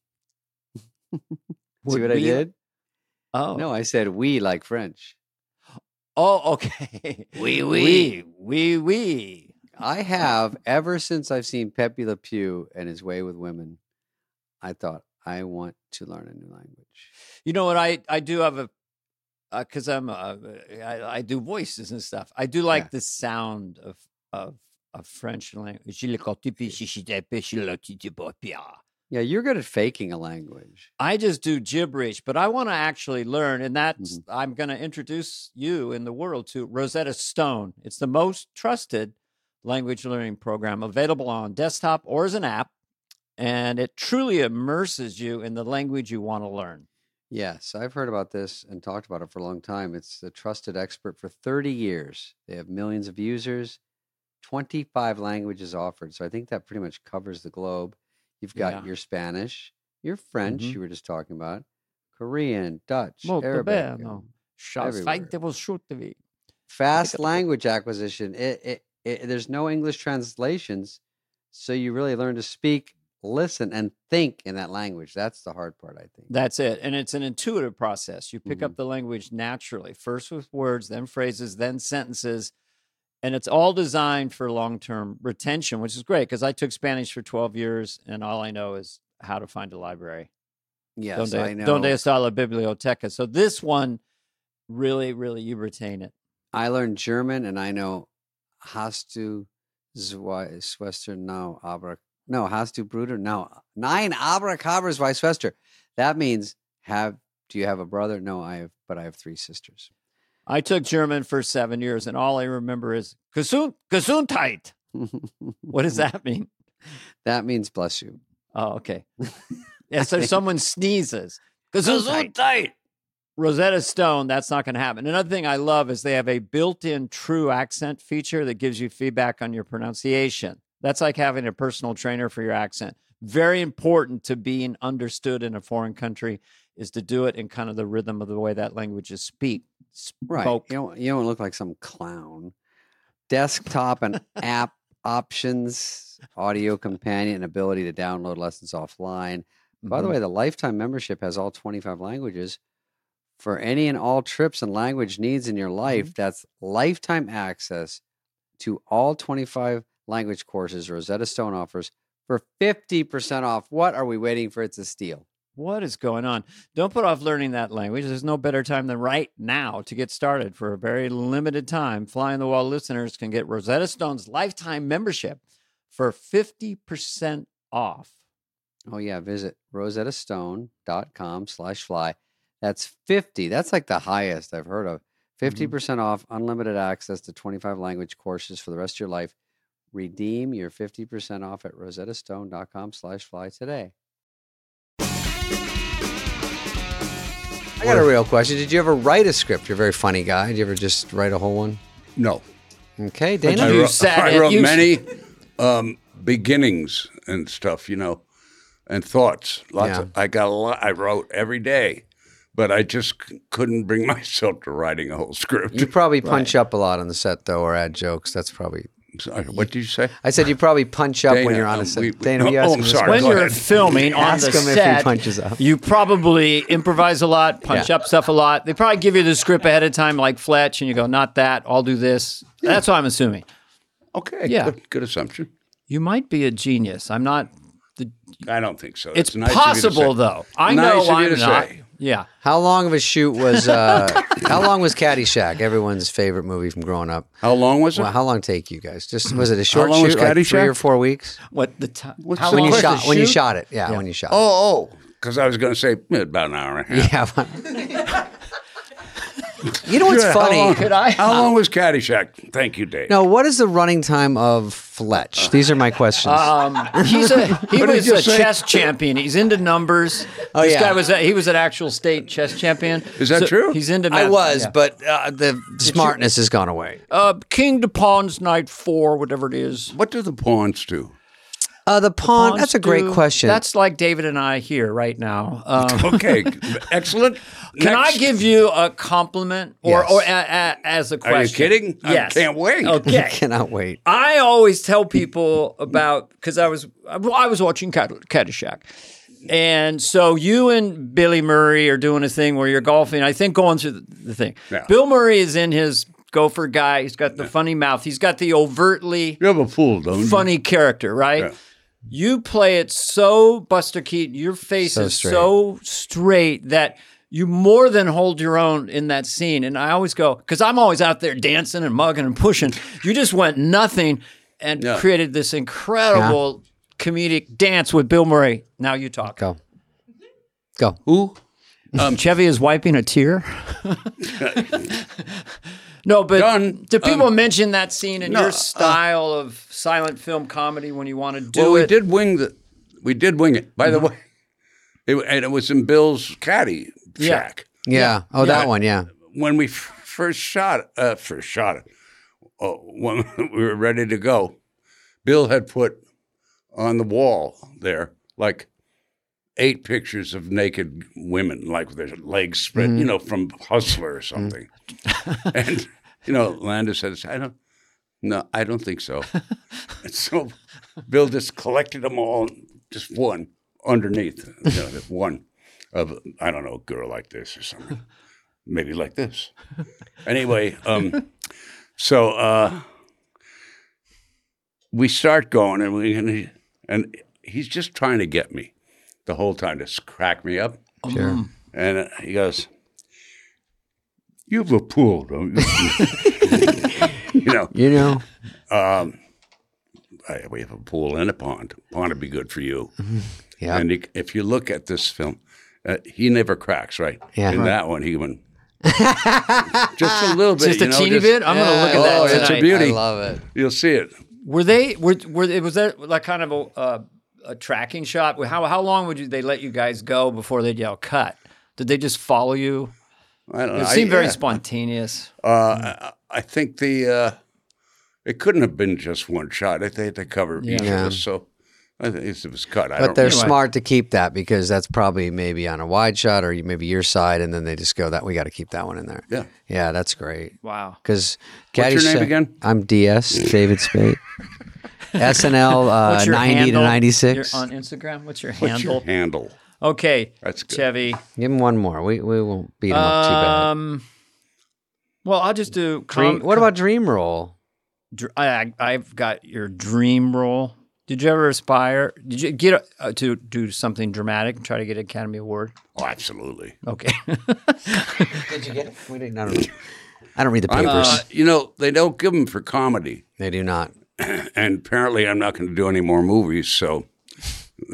A: See
B: Would
A: what I
B: we-
A: did?
B: Oh.
A: No, I said we like French. [laughs]
B: Oh, okay.
A: Oui,
B: we, we, we.
A: I have ever since I've seen Pepe Le Pew and his way with women. I thought I want to learn a new language.
B: You know what? I I do have a because I'm a, I, I do voices and stuff. I do like
A: Yeah.
B: the sound of of of French language.
A: Yeah, you're good at faking a language.
B: I just do gibberish, but I want to actually learn, and that's
A: Mm-hmm.
B: I'm going to introduce you in the world to Rosetta Stone. It's the most trusted language learning program available on desktop or as an app, and it truly immerses you in the language you want to learn.
A: Yes, I've heard about this and talked about it for a long time. It's a trusted expert for 30 years. They have millions of users, 25 languages offered. So I think that pretty much covers the globe. You've got
B: Yeah.
A: your Spanish, your French,
B: Mhm.
A: you were just talking about, Korean, Dutch,
B: Molto
A: Arabic.
B: bene.
A: and-
B: Shots
A: Everywhere.
B: fight devil shoot the V.
A: fast language acquisition. It, it, it, there's no English translations, so you really learn to speak, listen, and think in that language. That's the hard part, I think.
B: That's it. And it's an intuitive process. You pick up
A: Mm-hmm.
B: the language naturally, first with words, then phrases, then sentences. And it's all designed for long term retention, which is great because I took Spanish for 12 years and all I know is how to find a library.
A: yes,
B: Donde-
A: I know.
B: Donde está la biblioteca? So this one really, really, you retain it.
A: I learned German, and I know hast du zwei Schwestern now aber no hast du Bruder now nine abracabras zwei Schwester. That means have. Do you have a brother? No, I have, but I have three sisters. [laughs]
B: I took German for seven years and all I remember is Gesund- Gesundheit.
A: [laughs]
B: What does that mean?
A: that means bless you. [laughs]
B: Oh, okay. yeah, so if someone sneezes. Gesundheit.
C: tight.
B: Rosetta Stone, that's not going to happen. Another thing I love is they have a built in true accent feature that gives you feedback on your pronunciation. That's like having a personal trainer for your accent. Very important to being understood in a foreign country is to do it in kind of the rhythm of the way that language is speak.
A: Right.
B: spoke.
A: You don't you don't look like some clown. Desktop and app options, audio companion, and ability to download lessons offline. By the way, the lifetime membership has all 25 languages. For any and all trips and language needs in your life, that's lifetime access to all 25 language courses Rosetta Stone offers for 50% off. What are we waiting for? It's a steal.
B: What is going on? Don't put off learning that language. There's no better time than right now to get started. For a very limited time, Fly on the Wall listeners can get Rosetta Stone's lifetime membership for 50% off.
A: Oh yeah, visit rosettastone.com slash fly. That's 50. That's like the highest I've heard of. 50% percent off, unlimited access to 25 language courses for the rest of your life. Redeem your 50% off at rosettastone.com slash fly today. I got a real question. Did you ever write a script? You're a very funny guy. Did you ever just write a whole one?
C: No.
A: Okay, Dana.
C: I
B: You
C: wrote,
B: said
C: I
B: it.
C: wrote
B: You-
C: many um, beginnings and stuff, you know, and thoughts. Lots.
A: Yeah.
C: Of, I got a lot. I wrote every day, but I just c- couldn't bring [laughs] myself to writing a whole script.
A: You probably punch up a lot on the set though, or add jokes. That's probably.
C: [laughs] Sorry, what did you say?
A: I said you probably punch up when
C: Dana,
A: you're on
C: um,
A: a set.
C: we- we-
A: Dana, you
C: [laughs] oh,
A: asked
C: I'm
A: me this
C: sorry.
A: question.
B: when
C: go
B: you're
C: ahead.
A: [laughs]
B: filming on
A: Ask
B: the
A: him if he
B: set,
A: punches up.
B: you probably improvise a lot, punch
A: Yeah.
B: up stuff a lot. They probably give you the script ahead of time, like Fletch, and you go, "Not that. I'll do this." That's what I'm assuming.
C: Okay.
B: Yeah.
C: Good, good assumption.
B: You might be a genius. I'm not. The,
C: I don't think so.
B: it's
C: nice of you to
B: possible,
C: say.
B: though. I
C: Nice of
B: know
C: you
B: I'm
C: to
B: not.
C: say.
B: Yeah.
A: How long of a shoot was
C: [laughs]
A: uh how long was Caddyshack? Everyone's favorite movie from growing up.
C: How long was it?
A: Well, how long take you guys? Just was it a short
C: long was
A: shoot? Like three
C: Caddyshack?
A: or four weeks?
B: What the time?
C: What's
B: How
C: the
B: long
A: When you
B: was
C: question?
A: shot
B: the
A: when you
B: shoot?
A: shot it. Yeah, when you shot
C: Oh, oh, because I was going to say eh, about an hour and a half.
A: it. [laughs] Yeah. [laughs] you know what's
C: Yeah, How long,
A: funny?
B: I-
C: how long was Caddyshack? Thank you, Dave.
A: No, what is the running time of Fletch? These are my questions.
B: Um, he's
C: [laughs]
B: a he
C: What did
B: was
C: you
B: a
C: say?
B: chess champion. He's into numbers.
A: Oh,
B: this
A: yeah.
B: guy was a, he was an actual state chess champion.
C: Is that
B: So
C: true?
B: He's into.
A: I
B: math.
A: was,
B: Yeah.
A: but uh, the smartness has gone away.
B: uh, king to pawns, knight four, whatever it is.
C: What do the pawns do?
A: Uh, the pawn.
B: Pawns
A: that's a great
B: do-
A: question.
B: That's like David and I here right now.
A: [laughs]
B: Um,
C: Okay, excellent.
B: Can
C: Next.
B: I give you a compliment or,
A: Yes.
B: or a, a, as a question?
C: kidding? I
B: Yes.
C: can't
A: [laughs]
C: wait.
A: I
B: Okay.
A: cannot wait.
B: I always tell people about because I was well, I was watching Cad- Caddyshack, and so you and Billy Murray are doing a thing where you're golfing. I think going through the, the thing.
C: Yeah.
B: Bill Murray is in his gopher guy. He's got the funny mouth. He's got the overtly
C: You have a pool, don't you?
B: funny character, right?
C: Mm-hmm. Yeah.
B: You play it so Buster Keaton, your face
A: So
B: is
A: straight.
B: so straight that you more than hold your own in that scene. And I always go, because I'm always out there dancing and mugging and pushing. You just went nothing and
C: Yeah.
B: created this incredible comedic dance with Bill Murray. Now you talk.
A: Go. Go.
C: Who?
B: [laughs]
C: Um,
B: Chevy is wiping a tear. [laughs] no, but
C: Done. Um,
B: do people mention that scene in
C: no, uh,
B: your style of silent film comedy when you want to do
C: well, we
B: it? Mm-hmm.
C: did wing the, we did wing it. By the way, it, and it was in Bill's caddy
B: Yeah.
C: shack
A: Yeah. Oh, that one. Yeah.
C: when we f- first shot. Uh, first shot it. Oh, when [laughs] we were ready to go, Bill had put on the wall there like eight pictures of naked women, like with their legs spread,
B: Mm-hmm.
C: you know, from Hustler or something. and you know, Landis says, "I don't, no, I don't think so." and so Bill just collected them all, just one underneath, you know, that one of I don't know, a girl like this or something, maybe like this. Anyway, um, so. uh we start going and we and, he, and he's just trying to get me the whole time to s- crack me up
A: Sure.
C: and uh, he goes you have a pool don't you you [laughs] know
A: You know.
C: I, we have a pool and a pond pond would be good for you
B: Mm-hmm.
A: Yeah.
C: and he, if you look at this film uh, he never cracks right
A: Yeah.
C: in that one
B: [laughs]
C: he went just a little bit
B: just a
C: you know,
B: teeny
C: just-
B: bit. I'm gonna look at
C: oh,
B: that
C: it's a
B: tonight.
C: beauty.
A: I love it.
C: you'll see it
B: Were they were were it was that like kind of a uh, a tracking shot? How how long would you they let you guys go before they'd yell cut? Did they just follow you?
C: I don't know.
B: It
C: I-
B: seemed very
C: yeah.
B: spontaneous.
C: Uh, I I think the uh, it couldn't have been just one shot. I think they had to cover each
A: Yeah.
C: of us, so I think it was cut. I
A: But
C: don't
A: they're
C: know.
A: smart to keep that because that's probably maybe on a wide shot or maybe your side, and then they just go that we got to keep that one in there.
C: Yeah.
A: Yeah, that's great.
B: Wow.
A: Because
C: What's your name again?
A: I'm DS David
B: [laughs]
A: Spade. SNL uh,
B: What's your
A: ninety to
B: handle?
A: ninety six.
B: You're on Instagram. What's your
C: What's
B: handle?
C: your handle?
B: okay,
C: That's good.
B: Chevy.
A: Give him one more. We we won't beat him up
B: Um, well, I'll just
A: too
B: do.
A: bad.
B: Com-
A: Dream, what about Dream Roll?
B: dr- I, I- I've got your dream role. Did you ever aspire? Did you get a, uh, to do something dramatic and try to get an Academy Award?
C: Oh, absolutely.
B: Okay. [laughs]
A: Did you get it? We didn't. I don't, know. I don't read the
C: I'm-
A: papers.
C: uh, you know, they don't give them for comedy,
A: they do not.
C: and apparently, I'm not going to do any more movies. So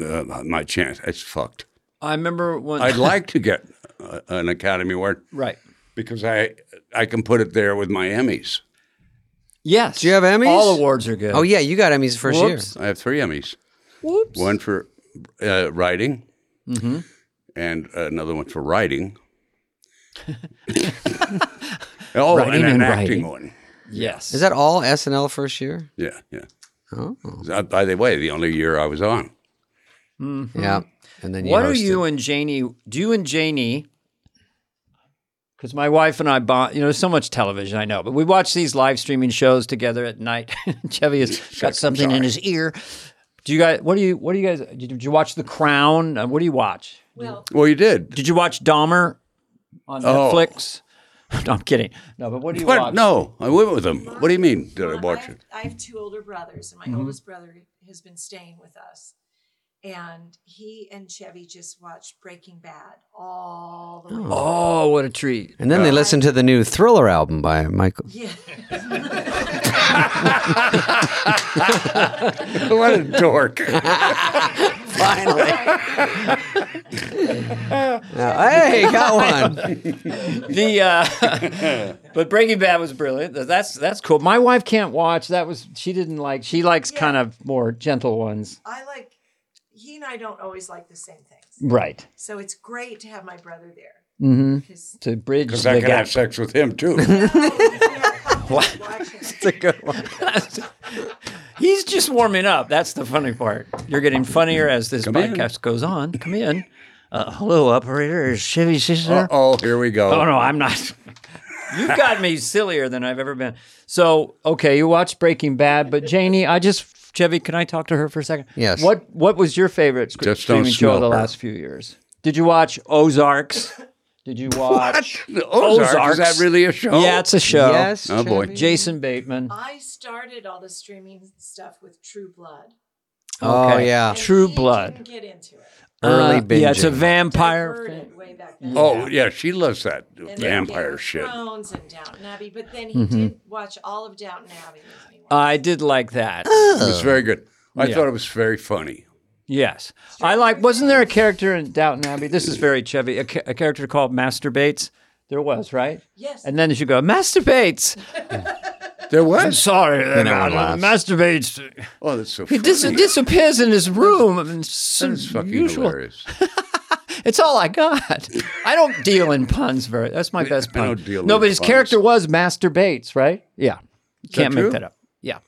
C: uh, my chance, it's fucked.
B: I remember when.
C: I'd like to get uh, an Academy Award
B: right.
C: because I I can put it there with my Emmys.
B: Yes.
A: Do you have Emmys?
B: All awards are good.
A: Oh yeah, you got Emmys first
B: Whoops.
C: I have three Emmys. One for uh, writing,
B: Mm-hmm.
C: and another one for writing.
B: [laughs]
C: oh,
B: Writing
C: and an
B: and
C: acting
B: writing.
C: one.
B: Yes.
A: year. Is that all SNL first year?
C: Yeah, yeah.
A: Oh
C: Uh, By the way, the only year I was on.
A: yeah. And then you
B: what are
A: hosted.
B: you and Janie? Do you and Janie? Because my wife and I bond. You know, there's so much television. I know, but we watch these live streaming shows together at night. [laughs] Chevy has got something in his ear. Do you guys? What do you? What do you guys? Did you, did you watch The Crown? Uh, what do you watch?
E: Well,
C: Well, you did.
B: Did you watch Dahmer on
C: Oh.
B: Netflix? [laughs] No, I'm kidding. No, but what do you
C: What?
B: watch?
C: No, I went with him. What do you mean? Did I
E: Well,
C: watch
B: [laughs]
E: have,
C: it?
E: I have two older brothers, and my
B: Mm-hmm.
E: oldest brother has been staying with us. And he and Chevy just watched Breaking Bad all the way.
B: Oh, what a treat!
A: And then they listened to the new Thriller album by Michael.
B: [laughs]
E: Yeah.
C: what a
B: [laughs]
C: dork!
A: [laughs] Uh, hey, got one.
B: The uh,
C: [laughs]
B: but Breaking Bad was brilliant. That's that's cool. My wife can't watch. That was she didn't like. She likes kind of more gentle ones.
E: I like, he and I don't always like the same things.
B: Right.
E: So it's great to have my brother there.
B: Mm-hmm.
E: Because [laughs]
B: To bridge
C: Because I
B: the
C: can have
B: gap. [laughs]
C: sex with him too.
E: watching.
C: [laughs]
A: It's a good one.
B: [laughs] He's just warming up. That's the funny part. You're getting funnier as this
C: Come in.
B: podcast goes on. Come in. Uh, hello, operator. Is Chevy sister?
C: Oh, here we go.
B: Oh no, I'm not. [laughs] You've got me sillier than I've ever been. So, okay, you watched Breaking Bad, but Janie, I just Chevy, can I talk to her for a second?
A: Yes.
B: What What was your favorite sc-
C: Just don't
B: streaming show of the
C: smell her.
B: last few years? Did you watch Ozarks? Did
C: [laughs]
B: you watch
C: The Ozark, Is that really a show?
B: Yeah, it's a show.
A: Yes.
C: Oh, boy.
A: Chevy?
B: Jason Bateman.
E: I started all the streaming stuff with True Blood.
A: Oh
B: Okay.
A: yeah.
E: and
B: True
E: he
B: Blood.
E: Didn't get into it.
A: Early
B: Uh, yeah, it's a
A: binging.
B: vampire.
E: Diverted
B: thing.
E: way back
B: Mm-hmm.
E: then.
C: Oh, yeah. She loves that
E: And then Game
C: vampire
E: of
C: shit.
E: Thrones and Downton Abbey, but then
B: Mm-hmm.
E: he did watch all of Downton Abbey with me.
B: I did like that.
C: It was very good. I
B: Yeah.
C: thought it was very funny.
B: Yes, I like. Wasn't there a character in Downton Abbey? This is very Chevy. A, ca- a character called Master Bates. There was right.
E: Yes.
B: And then she go, Master Bates.
C: There
B: I'm
C: was.
B: sorry, then
A: no
B: I
A: one
B: don't-
A: laughs.
B: Master Bates.
C: Oh, that's so
B: He
C: funny.
B: dis- disappears in his room. and
C: that
B: some
C: is fucking
B: usual- [laughs]
C: hilarious.
B: It's all I got. I don't deal in puns very. That's my best
C: I
B: pun.
C: don't deal
B: no,
C: in
B: but his
C: puns.
B: character was Master Bates, right? Yeah. Can't
C: true?
B: make that up. Yeah.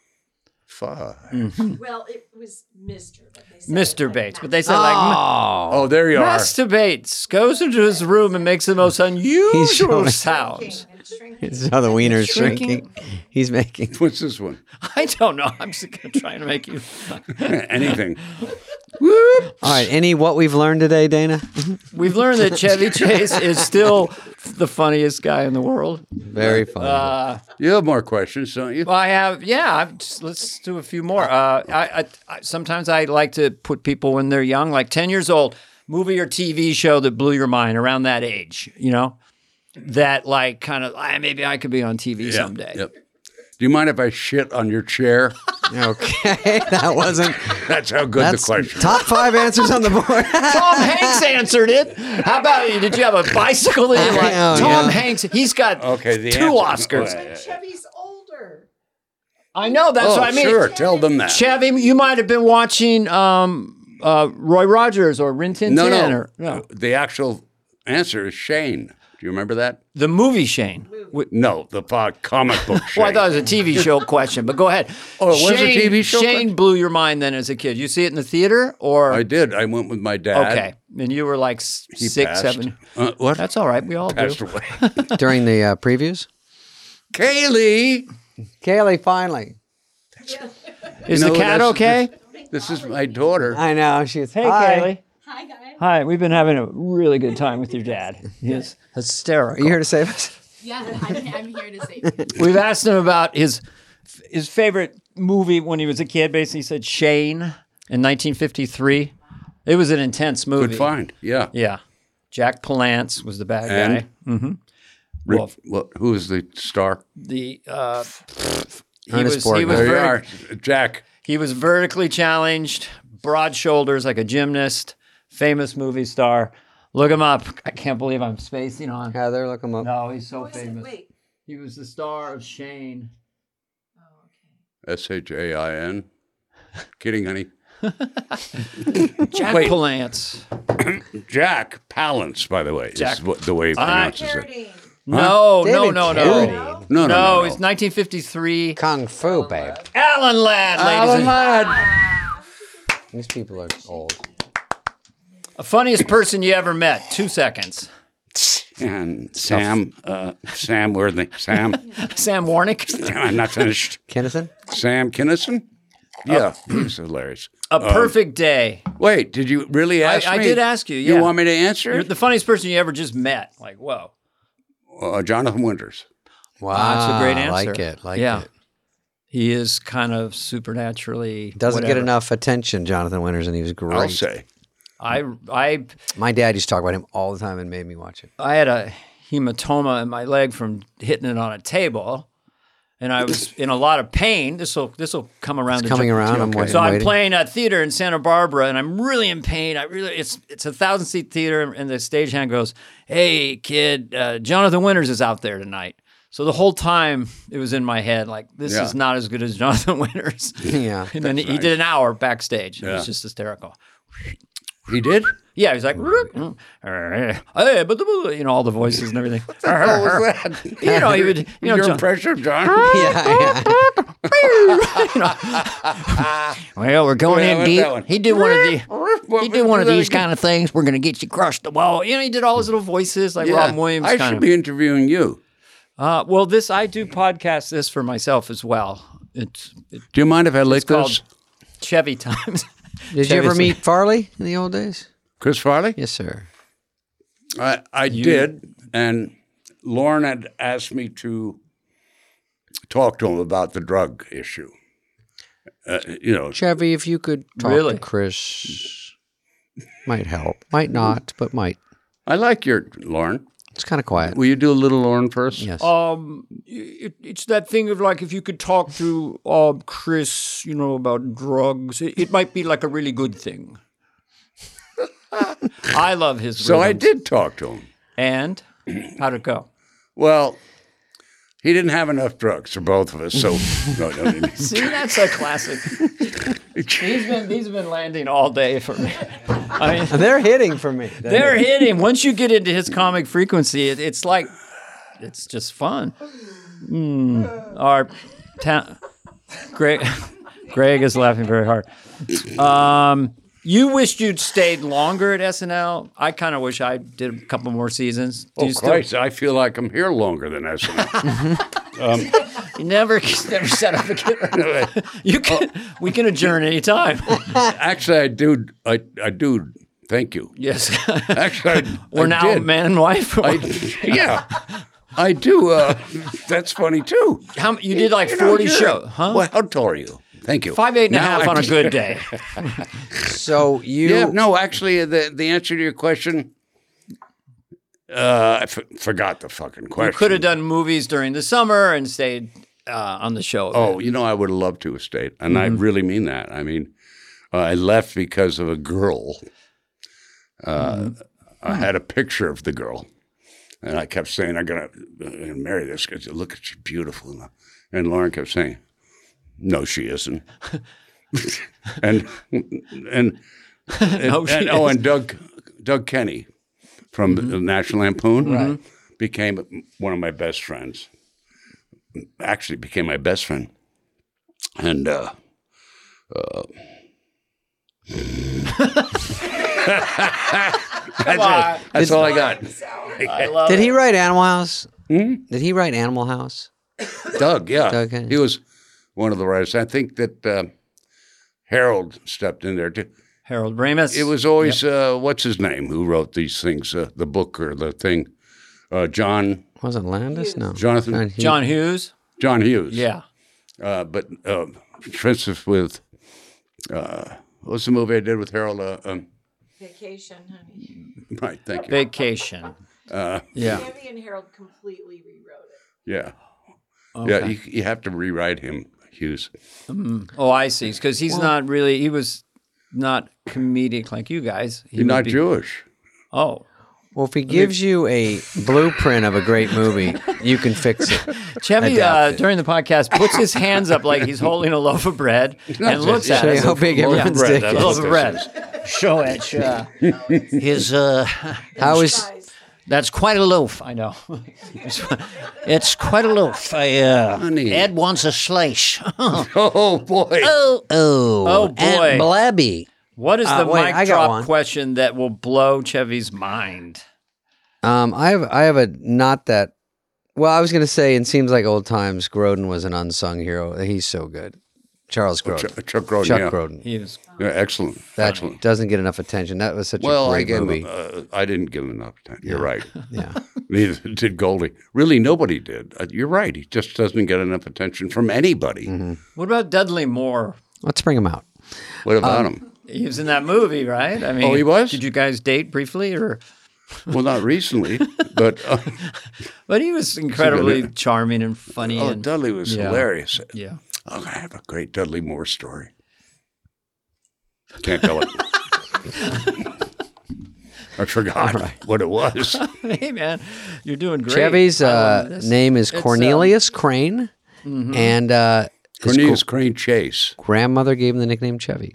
C: Fuck.
B: Mm.
E: well, it was Mr. But they said it
B: Mr.
E: like
B: Bates.
E: that.
B: But they said, like,
C: Oh, there you are.
B: Master Bates goes into his room and makes the most unusual
A: showing-
B: sounds. [laughs]
E: And shrinking.
A: This is how the wiener's
B: Shrinking.
A: shrinking. He's
C: [laughs]
A: making.
C: What's this one?
B: I don't know. I'm just going to try and make you. [laughs]
C: Anything.
A: All right. Any what we've learned today, Dana?
B: We've learned that Chevy [laughs] Chase is still the funniest guy in the world.
A: Very funny.
C: You have more questions, don't you?
B: Well, I have, yeah. I'm just, let's do a few more. Uh, I, I, I sometimes I like to put people when they're young, like ten years old, movie or TV show that blew your mind around that age. You know, that like kind of ah, maybe I could be on TV
C: Yeah,
B: someday.
C: Yep. Do you mind if I shit on your
B: [laughs]
C: chair?
A: okay. [laughs] That wasn't.
C: That's how good
A: That's
C: the question.
A: top five answers on the board. [laughs]
B: Tom Hanks answered it. How about you? Did you have a bicycle that you like?
A: Oh,
B: Tom
A: yeah.
B: Hanks, he's got
C: Okay, the
B: two
C: answer-
B: Oscars.
C: Oh, yeah, yeah.
E: Chevy's older.
B: I know. That's
C: oh,
B: what I mean.
C: sure. Tell them that.
B: Chevy, you might have been watching um, uh, Roy Rogers or Rin Tin
C: no,
B: Tin
C: no,
B: or no.
C: The actual answer is Shane. Do you remember that?
B: the movie Shane. Wh-
C: No, the po- comic book
B: [laughs]
C: Shane.
B: Well, I thought it was a
C: [laughs]
B: TV show question, but go ahead.
C: Oh, it was a
B: Shane,
C: TV show
B: Shane
C: question?
B: blew your mind then as a kid. You see it in the theater or
C: I did. I went with my dad.
B: okay, and you were like s-
C: He
B: six,
C: passed.
B: seven.
C: Uh, what?
B: That's all right. We all do.
C: passed away. [laughs]
A: During the uh, previews,
C: Kaylee.
A: Kaylee finally.
B: Is
C: You
B: the
C: know,
B: cat
C: that's-
B: okay?
C: This is my daughter.
A: I know she's.
B: Hey,
A: Hi.
B: Kaylee.
E: Hi guys.
B: Hi. We've been having a really good time with your
C: [laughs]
B: dad. He is
A: Are you
B: hysterical.
A: here to save us?
G: Yeah, I'm, I'm here to save you.
B: We've asked him about his his favorite movie when he was a kid. Basically, he said Shane in 1953. It was an intense movie.
C: Good find. Yeah.
B: Yeah. Jack Palance was the bad
C: And?
B: guy. Mm-hmm.
C: Rick-
B: Well,
C: well, who is the star?
B: the uh, he
A: Ernest
B: was he
A: Borgnine.
B: was,
C: There you
B: very,
C: are. Jack.
B: he was vertically challenged, broad shoulders like a gymnast, famous movie star. Look him up. I can't believe I'm spacing on.
A: Heather, look him up.
B: No, he's so
E: Was it-
B: famous.
E: Wait.
B: He was the star of Shane.
C: S H A I N. Kidding, honey.
B: Jack
C: Wait.
B: Palance.
C: Jack Palance, by the way,
B: Jack-
C: is what, the way he pronounces it.
E: Parroting.
B: No, no,
A: David
B: no,
A: Carradine.
B: no.
E: No?
C: No, no, no.
B: No,
C: no.
B: it's 1953.
A: Kung
B: Oh,
A: Fu, babe.
B: Alan Ladd, ladies and
A: Ladd. These people are old.
B: Funniest person you ever met. Two seconds.
C: and Sam, uh, Sam Worthy.
B: [laughs]
C: Sam,
B: Sam Warnick.
C: I'm not finished.
A: Kennison?
C: Sam Kinnison? Yeah, [clears throat] he's hilarious.
B: A
A: Uh-huh.
B: perfect day.
C: Wait, did you really ask
B: I
C: me?
B: did ask you, yeah.
C: You want me to answer?
B: You're the funniest person you ever just met. Like, whoa.
C: uh, Jonathan Winters.
A: Wow.
B: that's a great answer.
A: Like it. Like
B: Yeah.
A: it.
B: He is kind of supernaturally.
A: Doesn't
B: whatever.
A: get enough attention, Jonathan Winters, and he was great.
C: I'll say.
B: I, I,
A: My dad used to talk about him all the time and made me watch it.
B: I had a hematoma in my leg from hitting it on a table. And I was in a lot of pain. This will this will come around.
A: It's
B: to
A: coming
B: Ju-
A: around. I'm, wa-
B: So I'm
A: waiting.
B: playing a theater in Santa Barbara, and I'm really in pain. I really it's it's a thousand seat theater, and the stagehand goes, "Hey kid, uh, Jonathan Winters is out there tonight." So the whole time it was in my head, like this
C: Yeah.
B: is not as good as [laughs] Jonathan Winters.
A: Yeah.
B: and then he did an hour backstage. It
C: Yeah.
B: was just hysterical.
C: He did? Oh,
B: Yeah, he's like, "Roop, mm, [laughs] hey, but the you know all the voices and
C: [laughs]
B: everything. what the hell
C: was that?
B: [laughs] You know, he would, you know,
C: Your
B: John- [laughs]
C: impression, John?
D: yeah, yeah.
B: you know. well, we're going
C: Yeah, I
B: in
C: like that one.
B: deep. He did one of the.
C: What
B: He
C: was
B: did one of
C: that
D: These
C: again?
D: kind of things, we're going to get you crushed the wall.
B: Well, you know, he did all his little voices like
C: Yeah,
B: Robin Williams.
C: I
B: kind
C: should
B: of.
C: be interviewing you.
B: Uh, well, this I do podcast this for myself as well. It's, it's
C: Do you mind if I lick
B: called
C: this?
B: Chevy Times.
A: Did you ever meet Farley in the old days?
C: Chris Farley?
A: Yes, sir.
C: I, I did, and Lauren had asked me to talk to him about the drug issue. Uh, you know,
A: Chevy, if you could talk
B: Really?
A: to Chris, might help. Might not, but might.
C: I like your Lauren.
A: It's kind of
C: [laughs]
A: quiet.
C: Will you do a little Lauren first?
A: Yes.
B: Um, it, it's that thing of like if you could talk to um Chris, you know about drugs, it, it might be like a really good [laughs] thing. I love his.
C: So I
B: rhythms.
C: did talk to him.
B: And how'd it go?
C: Well, he didn't have enough drugs for both of us.
B: [laughs]
C: So, no, no, no,
B: See, that's a [laughs] classic. these been these have been landing all day for me. I mean,
A: They're hitting for me.
B: [laughs] they're hitting. Once you get into his comic frequency, it, it's like it's just fun. Mm, our ta- Greg, [laughs] Greg is laughing very hard. Um, you wished you'd stayed longer at SNL. I kind of wish I did a couple more seasons. Do
C: oh,
B: you still-
C: Christ, I feel like I'm here longer
B: [laughs]
C: than SNL.
B: you never, [laughs] never set up again. You
C: Oh.
B: can, we can adjourn any
C: [laughs]
B: time.
C: Actually, I do. I, I do. Thank you.
B: Yes.
C: Actually, I,
B: We're
C: I
B: now
C: did.
B: man and wife.
C: I, yeah, I do. Uh, that's funny too.
B: [laughs] How, you did like
C: You know,
B: 40
C: you're-
B: shows, huh?
C: Well, how tall are you? Thank you.
B: Five, eight and a
C: Now
B: half
C: I
B: on a
C: do-
B: good day.
A: So you
C: Yeah, no, actually, the, the answer to your question, uh, I f- forgot the fucking question.
B: You could have done movies during the summer and stayed uh, on the show.
C: Oh, you know, I would have loved to have stayed. And I really mean that. I mean, uh, I left because of a girl. Uh, I had a picture of the girl. And I kept saying, I'm going to marry this because look at she's beautiful. And Lauren kept saying, No, she isn't. and, and,
B: [laughs] No, she Mm-hmm.
C: and- oh, and Doug, Doug Kenny from the National Lampoon became one of my best friends. Actually, became my best friend, and uh, [laughs] uh, that's it. That's all I got.
A: did he write Animal House? Did he write Animal House?
C: Doug, yeah,
A: Doug Kenny.
C: he was one of the writers. I think that uh, Harold stepped in there too.
B: Harold Ramis.
C: It was always uh, what's his name who wrote these things, uh, the book or the thing. Uh, John
A: Wasn't Landis? No.
C: Jonathan?
A: Not he-
B: John Hughes.
C: John Hughes.
B: Yeah.
C: Uh, but uh, for instance, with uh, what was the movie I did with Harold? Uh, um, [laughs]
E: Vacation, honey.
C: right, thank you.
B: Vacation.
C: Uh.
B: yeah.
E: Andy and Harold completely rewrote it.
C: Yeah, yeah. You, you have to rewrite him, Hughes.
B: Oh, I see. Because he's not really, he was not comedic like you guys. He
C: You're
B: would
C: not
B: be-
C: Jewish.
B: Oh.
A: Well, if he gives you a blueprint of a great movie, you can fix
B: [laughs]
A: it.
B: Chevy, uh,
A: Adapted.
B: during the podcast, puts his hands up like he's holding a loaf of
C: [laughs]
B: bread and looks at
A: Show you
B: us.
A: how big
B: Yeah,
A: everyone's
B: bread,
A: dick
B: a
A: is.
B: loaf of bread.
D: Show it. Uh, his, uh,
A: How is
E: Guys,
D: that's quite a loaf.
B: I know. [laughs]
D: It's quite a loaf. I, uh,
C: Honey.
D: Ed wants a slice. oh,
C: [laughs] Oh boy.
D: oh, oh,
B: boy.
D: Aunt Blabby.
B: What is
A: Uh,
B: the
A: wait, I
B: mic
A: got
B: drop
A: one.
B: question that will blow Chevy's mind?
A: Um, I have I have a not that. Well, I was gonna say, it seems like old times. Grodin was an unsung hero. He's so good, Charles Grodin,
C: Chuck, Chuck Grodin.
A: Chuck
C: Oh, yeah.
A: Grodin.
B: He was
C: Yeah, excellent.
A: That
C: excellent.
A: doesn't get enough attention. That was such
C: Well,
A: a
C: I
A: great
C: gave
A: movie.
C: him. Uh, I didn't give him enough time. You're right.
A: yeah,
C: Neither [laughs] did Goldie. Really, nobody did. Uh, You're right. He just doesn't get enough attention from anybody.
B: What about Dudley Moore?
A: let's bring him out.
C: What about
B: Um,
C: him?
B: He was in that movie, right? I mean,
C: Oh, he was?
B: Did you guys date briefly, or?
C: Well, not
B: [laughs]
C: recently, but uh,
B: But he was incredibly
C: minute.
B: charming and funny.
C: oh,
B: and,
C: Dudley was
B: Yeah.
C: hilarious.
B: Yeah. [laughs]
C: Oh, I have a great Dudley Moore story.
B: [laughs]
C: Can't tell it. I forgot what
B: [laughs]
C: it was.
B: hey, man, you're doing great.
A: Chevy's
B: I
A: uh,
B: love this.
A: name is
B: It's, um, Mm-hmm.
A: Cornelius Crane, and uh, his
C: Cornelius Crane Chase.
A: gr- grandmother gave him the nickname Chevy.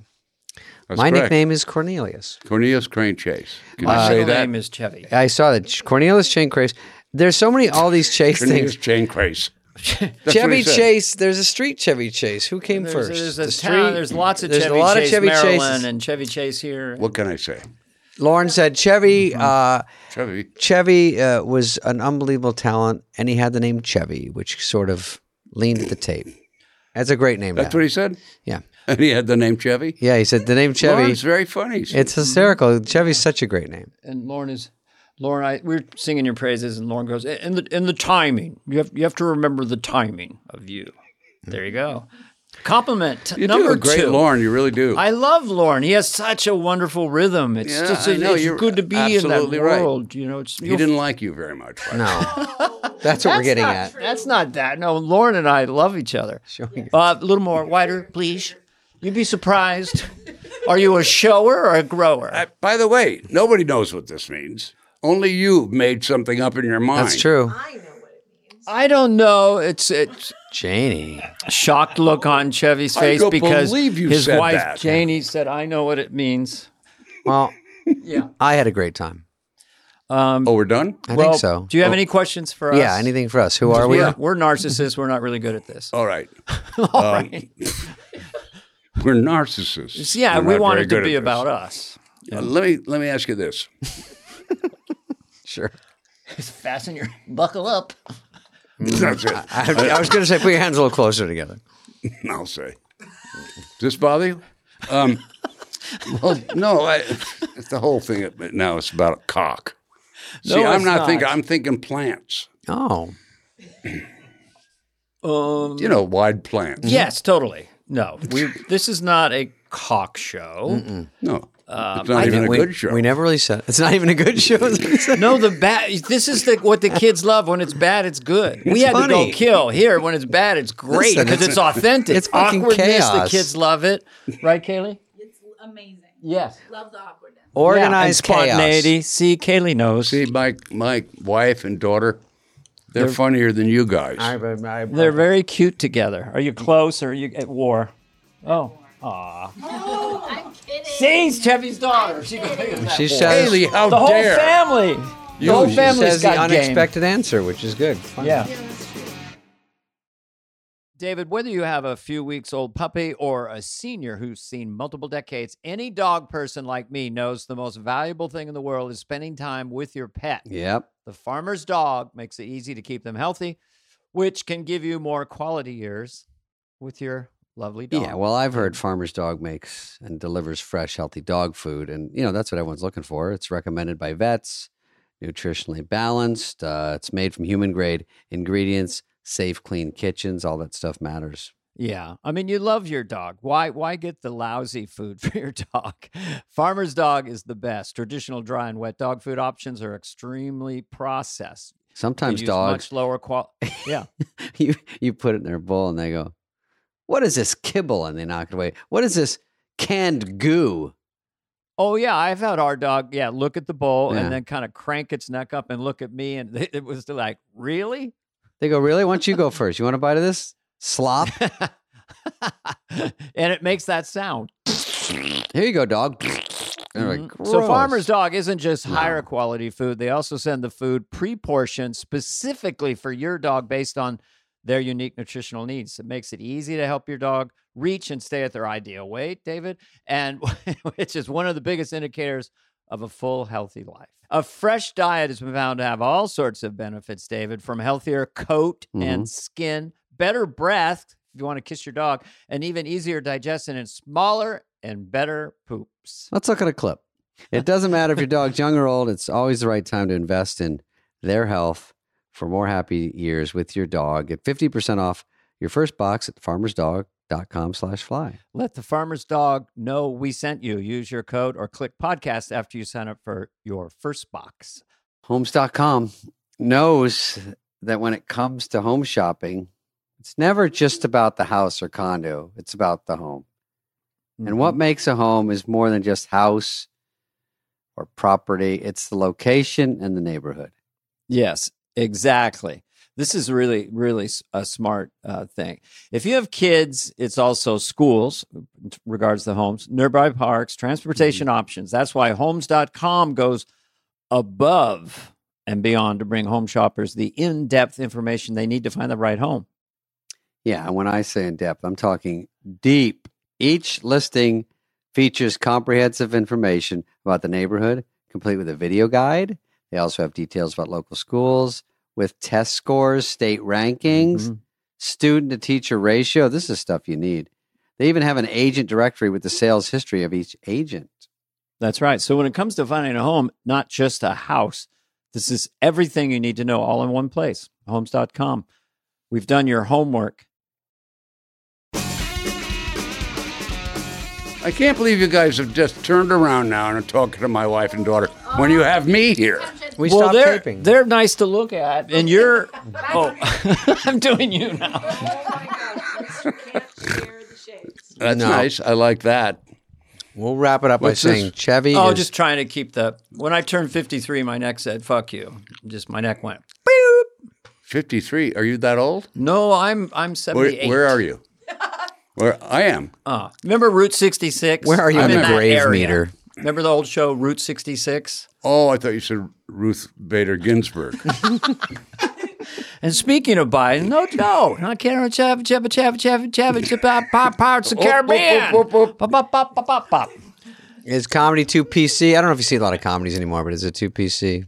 C: That's
A: My
C: correct.
A: nickname is Cornelius.
C: Cornelius Crane Chase. Can
B: My
A: uh,
C: you say
B: middle
C: that?
B: name is Chevy.
A: I saw that Cornelius Chain Chase. There's so many all these Chase
C: Cornelius
A: things.
C: Chain Chase. That's what
A: Chevy
C: he said.
A: Chase. There's a street Chevy Chase. Who came
B: There's,
A: first?
B: there's
A: The
B: a
A: street-
B: town, there's lots of
A: there's
B: Chevy
A: a lot
B: Chase,
A: of Chevy
B: Maryland,
A: Chases.
B: and Chevy Chase here.
C: What can I say?
A: Lauren said Chevy.
C: Mm-hmm.
A: Uh,
C: Chevy.
A: Chevy uh, was an unbelievable talent, and he had the name Chevy, which sort of leaned to the tape. That's a great name.
C: That's
A: to have.
C: what he said. [laughs]
A: yeah,
C: And he had the name Chevy.
A: yeah. He said the name Chevy.
C: Lauren's very funny.
A: it's hysterical. Chevy's such a great name.
B: and Lauren is Lauren. I we're singing your praises, and Lauren goes, and the and the timing. You have you have to remember the timing of you. There you go. Compliment
C: you
B: number
C: do a great
B: two.
C: Lauren. You really do.
B: I love Lauren. He has such a wonderful rhythm. It's
C: Yeah,
B: just
C: I know.
B: it's
C: You're
B: good to be in that
C: absolutely right.
B: world. You know, it's
C: he didn't like you very much. Barbara. [laughs]
A: No, that's what we're getting
B: not,
A: at.
B: That's not that. No, Lauren and I love each other.
A: Showing your-
B: Uh, a little more wider, please. You'd be surprised. Are you a shower or a grower?
C: I- by the way, nobody knows what this means. Only you made something up in your mind.
A: That's true.
E: I know what it means.
B: I don't know. It's it's
A: Janie.
B: shocked look on Chevy's
C: I
B: face
C: don't
B: because
C: believe you
B: his
C: said
B: wife
C: that.
B: Janie said, "I know what it means."
A: Well,
B: [laughs] Yeah.
A: I had a great time.
B: Um,
C: Oh, we're done?
A: I
B: well,
A: think so. Oh.
B: Do you have any questions for us?
A: Yeah, anything for us? Who are we?
B: We're, we're narcissists. We're not really good at this.
C: All right.
B: [laughs]
C: Um,
B: All right.
C: [laughs] We're narcissists.
B: Yeah,
C: We're
B: we
C: not
B: want
C: very
B: it to
C: good
B: be
C: at this.
B: about us.
C: Uh, let me let me ask you
B: [laughs]
C: this.
A: [laughs] Sure.
B: Fasten your [laughs] buckle up.
C: That's it.
A: I, I was going to say, put your hands a little closer together.
C: [laughs] I'll say. Does this bother you?
B: [laughs]
C: Um, well, no. I, it's the whole thing but now it's about a cock.
B: No,
C: See, I'm
B: it's
C: not,
B: not.
C: thinking. I'm thinking plants.
A: Oh,
B: Um,
C: You know, wide plants.
B: yes, totally. No, we. This is not a cock show.
C: No, it's not even a
A: Um, we,
C: good show.
A: we never really said it's not even a good
B: [laughs]
A: show. is what we said.
B: No, the bad. This is the, what the kids love. When it's bad, it's good. we had to
A: funny.
B: go kill here. When it's bad, it's great
A: Listen,
B: because it's,
A: it's-
B: authentic.
A: it's fucking
B: Awkwardness, The
A: chaos.
B: kids love it, right, Kaylee?
G: It's amazing.
B: Yes.
G: Love the awkwardness.
A: Oh. Organized
B: yeah, and
A: chaos.
B: spontaneity. See, Kaylee knows.
C: See, my my wife and daughter, they're, funnier than you guys.
B: They're very cute together. Are you close or are you at war? Oh.
G: I'm kidding.
B: Sees Chevy's daughter. She goes, "Look at that
A: Oh, She
B: boy."
A: says,
C: Haley, how
B: the whole
C: dare!
B: family. The whole
A: she
B: family's
A: says
B: got
A: the
B: game.
A: unexpected answer, which is good. Fine.
B: Yeah. David, whether you have a few weeks old puppy or a senior who's seen multiple decades, any dog person like me knows the most valuable thing in the world is spending time with your pet.
A: Yep.
B: The farmer's dog makes it easy to keep them healthy, which can give you more quality years with your lovely dog.
A: Yeah. Well, I've heard Farmer's Dog makes and delivers fresh, healthy dog food, and you know that's what everyone's looking for. It's recommended by vets, nutritionally balanced. Uh, it's made from human grade ingredients, safe, clean kitchens. All that stuff matters.
B: Yeah. I mean, you love your dog. Why why get the lousy food [laughs] for your dog? Farmer's dog is the best. Traditional dry and wet dog food options are extremely processed. They
A: Sometimes
B: use
A: dogs [laughs]
B: much lower quality. Yeah.
A: you you put it in their bowl and they go, "What is this kibble?" And they knock it away. What is this canned goo?
B: Oh yeah, I've had our dog, yeah, look at the bowl
A: Yeah.
B: and then kind of crank its neck up and look at me and [laughs] it was like, "Really?" [laughs]
A: They go, "Really? Why don't you go first? You want a bite of this
B: [laughs]
A: slop?
B: and it makes that sound.
A: Here you go, dog." [laughs] They're like,
B: Mhm. So Farmer's
A: "Gross."
B: Dog isn't just higher
A: No.
B: quality food. They also send the food pre-portioned specifically for your dog based on their unique nutritional needs. It makes it easy to help your dog reach and stay at their ideal weight, David, and [laughs] which is one of the biggest indicators of a full healthy life. A fresh diet has been found to have all sorts of benefits, David, from healthier coat and skin, better breath if you want to kiss your dog, and even easier digestion and smaller and better poops.
A: Let's look at a clip. It doesn't matter if your dog's young or old. It's always the right time to invest in their health for more happy years with your dog. Get fifty percent off your first box at farmersdog.com/fly.
B: Let the farmer's dog know we sent you. Use your code or click podcast after you sign up for your first box.
A: Homes.com knows that when it comes to home shopping, it's never just about the house or condo, it's about the home. And
B: Mm-hmm.
A: what makes a home is more than just house or property, it's the location and the neighborhood.
B: Yes, exactly. This is really, really s- a smart uh, thing. If you have kids, it's also schools, uh, in regards to homes, nearby parks, transportation options. That's why homes.com goes above and beyond to bring home shoppers the in depth information they need to find the right home.
A: Yeah, and when I say in depth, I'm talking deep. Each listing features comprehensive information about the neighborhood, complete with a video guide. They also have details about local schools with test scores, state rankings,
B: Mhm.
A: student to teacher ratio. This is stuff you need. They even have an agent directory with the sales history of each agent.
B: That's right. So when it comes to finding a home, not just a house, this is everything you need to know all in one place. Homes.com. We've done your homework.
C: I can't believe you guys have just turned around now and are talking to my wife and daughter when you have me here.
A: We
B: well,
A: stopped
B: they're,
A: taping.
B: they're nice to look
A: [laughs]
B: at, and you're. oh, [laughs] I'm doing you now.
E: Oh my gosh, you can't share the shades.
C: That's
A: No.
C: nice. I like that.
A: We'll wrap it up
C: What's
A: by
C: this?
A: saying Chevy.
B: Oh,
A: is-
B: just trying to keep the. When I turned 53, my neck said "fuck you." Just my neck went.
C: 53. Are you that old?
B: No, I'm I'm
C: Where,
B: 78.
C: where
B: [laughs]
C: are you? Where I am.
B: Uh, remember Route 66?
A: Where are you
B: I'm
A: in the
B: that
A: grave
B: area.
A: meter?
B: Remember the old show Route 66?
C: Oh, I thought you said Ruth
A: [laughs]
C: Bader Ginsburg.
B: And speaking of Biden, no, no, not Karen Chav, Chav, Chav, Chav, Chav, Chav, Pop, Pirates of the Caribbean.
C: whoop, whoop.
B: Pop, pop, pop, pop, pop, pop.
A: is comedy 2PC. I don't know if you see a lot of comedies anymore, but is it 2PC?
C: you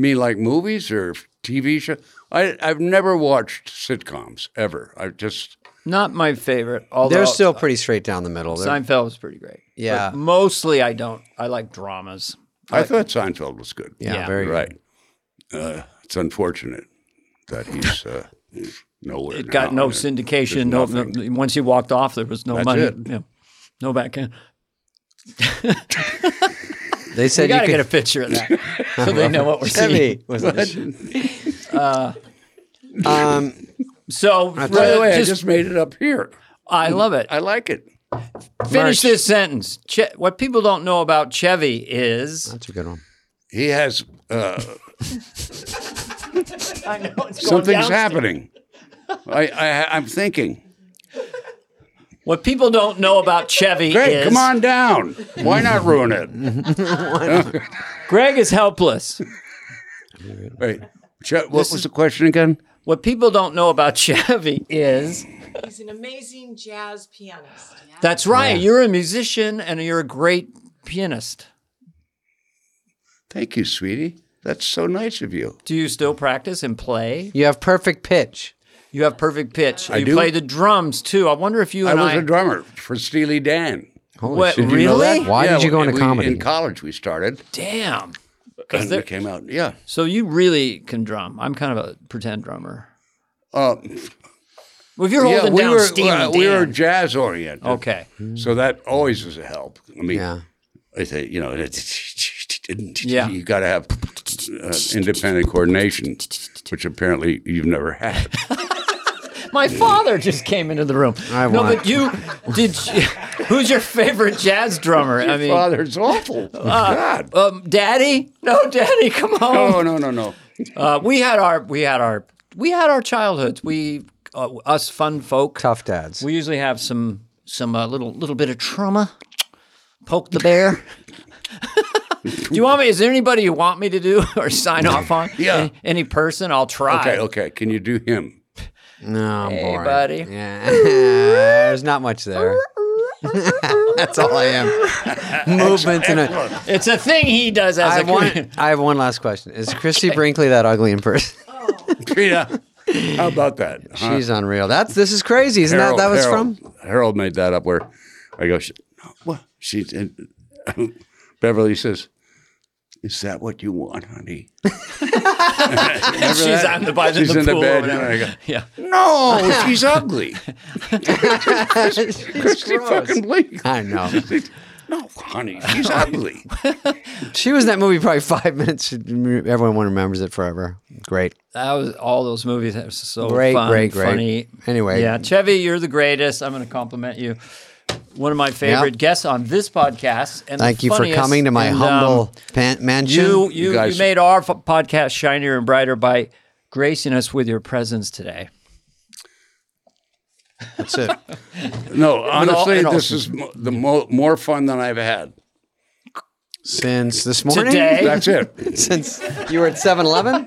C: mean like movies or TV show? I I've never watched sitcoms ever. I've just
B: Not my favorite. Although
A: They're still pretty straight down the middle. They're-
B: Seinfeld was pretty great.
A: Yeah.
B: But mostly I don't. I like dramas.
C: I thought Seinfeld was good.
A: yeah,
B: yeah.
A: very
C: Right. Uh, it's unfortunate that he's uh, nowhere.
B: It got
C: now.
B: no syndication. No, no, once he walked off, there was no
C: That's
B: money.
C: it.
B: Yeah. No back end.
A: Good. They
B: You
A: said you,
B: got to
A: could
B: get a picture of
C: [laughs]
B: that so they know what we're seeing.
A: [laughs] Chevy. Uh, Was [laughs] um,
B: So,
C: By the way,
B: Uh, just,
C: I just made it up here.
B: I love it.
C: I like it.
A: Merch.
B: Finish this sentence. Che- what people don't know about Chevy is
A: that's a good one.
C: He has
B: [laughs]
C: uh,
B: I know it's going
C: something's
B: down.
C: happening. I, I I'm thinking.
B: What people don't know about Chevy
C: Greg,
B: is
C: come on down. Why
B: [laughs]
C: not ruin
B: Mm-hmm.
C: it?
B: Greg is helpless.
C: Wait, Chet, what was the question again?
B: What people don't know about [laughs] Chevy is
E: He's an amazing jazz pianist.
B: that's right. You're a musician and you're a great pianist.
C: Thank you, sweetie. That's so nice of you.
B: Do you still practice and play?
A: You have perfect pitch.
B: You have perfect pitch.
C: I
B: you
C: do.
B: play the drums too. I wonder if you
C: I
B: and
C: was
B: I.
C: a drummer for Steely Dan.
A: Holy
B: What,
A: shit.
B: really?
A: Why
C: Yeah,
A: did you go into
C: we-
A: comedy?
C: In college, we started.
B: Damn.
C: And
B: there-
C: it came out. Yeah.
B: So you really can drum. I'm kind of a pretend drummer.
C: Uh,
B: Well, if you're
C: yeah,
B: holding
C: we
B: down
C: were
B: Steely
C: uh, we
B: Dan-
C: were jazz oriented.
B: okay.
C: So that always is a help. I mean,
A: Oh. yeah.
C: I say, you know, [laughs] it-
B: Yeah.
C: you got to have uh, independent coordination, which apparently you've never
B: [laughs]
C: had.
B: My father just came into the room.
A: I
B: no,
A: want-
B: but you did. You, [laughs] who's your favorite jazz drummer? I mean,
C: Father's awful. [laughs] God.
B: um, Daddy? No, [laughs] Daddy, come
C: No,
B: home.
C: no, no, no.
B: Uh, we had our, we had our, we had our childhoods. We, uh, us fun folk.
A: Tough dads.
B: We usually have some, some uh, little, little bit of trauma. Poke the bear. [laughs] do you want me? Is there anybody you want me to do [laughs] or sign off on?
C: Yeah.
B: Any, any person, I'll try.
C: Okay, okay. Can you do him? [laughs]
A: no, I'm boring.
B: buddy.
A: Oh, Yeah. [laughs] There's not much there. [laughs] that's all I am. Movement in a.
B: It's a thing he does as
A: I
B: a
A: have one. I have one last question. Is Christy Brinkley that ugly in person? [laughs]
C: Yeah. How about that? huh?
A: She's unreal. That's this is crazy, isn't that? That was
C: Harold,
A: from.
C: Harold made that up where I go, she, what? She, and [laughs] Beverly says, is that what you
B: [laughs]
C: want, honey?
B: And [laughs] she's on the, by the,
C: She's
B: the
C: in the
B: pool or
C: bed.
B: whatever.
C: and I go,
B: Yeah.
C: no,
B: [laughs]
C: she's ugly. Christy
A: gross.
C: fucking Blake.
A: I know.
C: No, honey,
B: [laughs]
C: she's ugly.
A: She was in that movie probably five minutes. She- Everyone remembers it forever. Great.
B: That was all those movies. That was so
A: Great,
B: fun,
A: great, great.
B: funny.
A: Anyway.
B: yeah, Chevy, you're the greatest. I'm going to compliment you. One of my favorite guests on this podcast. And the
A: Thank you for
B: funniest.
A: coming to my
B: And, um,
A: humble pan- mansion.
B: you, you, you
C: guys-
B: made our f- podcast shinier and brighter by gracing us with your presence today.
H: That's it.
C: No, honestly,
H: in all-
C: this is mo- the mo- more fun than I've had.
H: Since this morning.
B: Today? [laughs]
C: That's
A: [laughs]
C: it.
A: Since you were at 7 Eleven?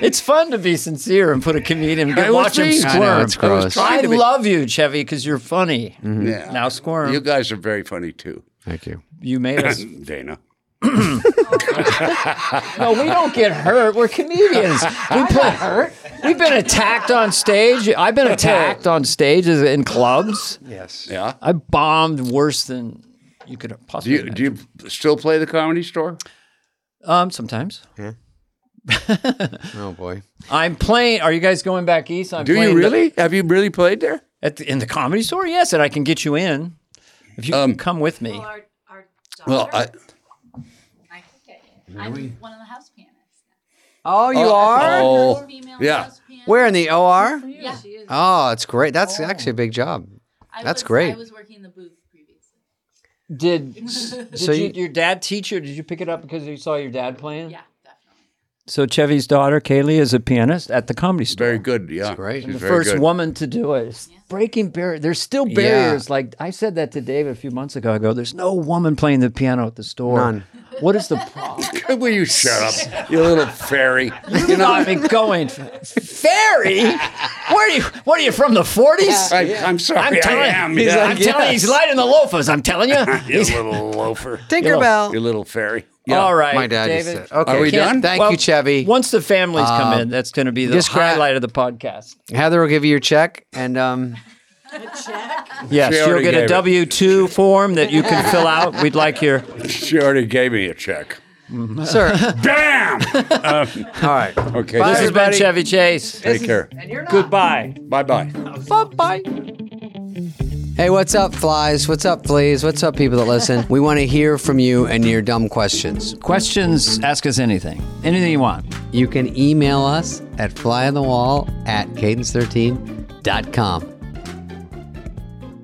B: It's fun to be sincere and put a comedian
C: I was
B: watch him
H: I
C: being-
H: know,
B: squirm.
H: it's gross.
B: I
C: Trying to be-
B: love you, Chevy, because you're funny.
A: Mm-hmm.
C: Yeah.
B: Now squirm.
C: You
B: You,
C: guys are very funny too,
H: Thank you.
B: made
A: [clears throat]
B: us.
C: Dana.
B: No, we don't get hurt. We're
C: [laughs]
B: comedians. We play hurt. We've been attacked on stage. I've been attacked on stage as- in clubs.
H: Yes.
C: Yeah.
B: I bombed worse than you could
C: Do
B: possibly.
C: you, do you still play the comedy store?
B: imagine. um, sometimes
H: Oh boy.
B: I'm playing. Are you guys going back east? I'm
C: Do
B: playing
C: you
B: the-
C: really? Have you really played there?
B: at the, in the comedy store? Yes, and I can get you in if you
C: Um,
B: come with me.
E: Well, our, our daughter,
C: Well, I,
G: I can get you. I'm one of the house pianists.
A: Oh, you are?
C: oh,
G: Female
C: Yeah.
G: house pianist.
A: Where Uh, in the OR?
G: Yeah.
E: she is.
H: Oh, it's great. That's actually a big job.
G: I
H: That's
G: was,
H: great.
G: I was working in the booth previously.
B: [laughs] Did did
H: So
B: you,
H: you-
B: your dad teach you? or Did you pick it up because you saw your dad playing?
G: Yeah, definitely.
B: So Chevy's daughter Kaylee is a pianist at the comedy store.
C: very good. Yeah.
H: great.
C: She's
B: the
C: very
B: first
C: good.
B: woman to do it. It's Breaking barriers. There's still barriers. Like I said that to David a few months ago. I go, there's no woman playing the piano at the store.
H: None.
B: What is the problem?
C: [laughs] Will you shut
B: [laughs]
C: up, you little fairy?
B: You're not even going. F- Fairy? Where are you? What are you from the 40s?
C: I, I'm sorry.
B: I'm telling,
C: I am.
B: he's
C: Yeah.
B: I'm telling he's lighting the loafers. I'm telling
C: [laughs]
B: you.
C: you
B: [laughs]
C: little loafer.
A: Tinkerbell.
C: You little fairy. Yeah.
B: All right,
H: My dad
B: David.
H: just said. Okay.
C: Are we
H: Can't-
C: done?
H: Thank
B: Well,
H: you, Chevy.
B: Once the families
C: Uh,
B: come in, that's going to be the
H: just gra-
B: highlight of the podcast.
H: Heather will give you your check, and
B: [laughs]
H: um,
B: Yes,
C: She
B: you'll
C: already
B: get a
C: gave it.
B: W two form that you can fill out. We'd like your
C: She already gave me a check.
H: sir.
C: Bam!
B: [laughs]
C: Uh,
H: all right.
C: okay.
H: Bye,
B: This has been
H: everybody.
B: Chevy Chase.
C: Take care.
B: Goodbye.
C: Bye bye.
B: Bye bye.
A: Hey, what's up, flies? What's up, fleas? What's up, people that listen? We want to hear from you and your dumb questions.
B: Questions? Ask us anything. Anything you want.
A: You can email us at flyonthewall at cadence13.com.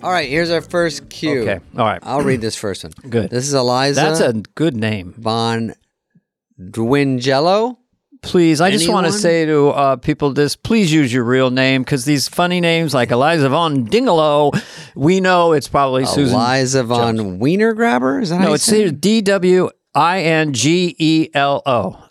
A: All right, here's our first cue.
B: Okay. All right.
A: I'll read this first one.
B: Good.
A: This is Eliza
B: That's a good name.
A: von Dwingello.
B: Please, I just want to
A: Anyone?
B: say to uh, people this: please use your real name because these funny names like Eliza von Dingalo, we know it's probably Susan.
A: Eliza Uh, von Wiener Grabber? Is that how
B: No,
A: you
B: it's
A: say it?
B: D W I N G E L O.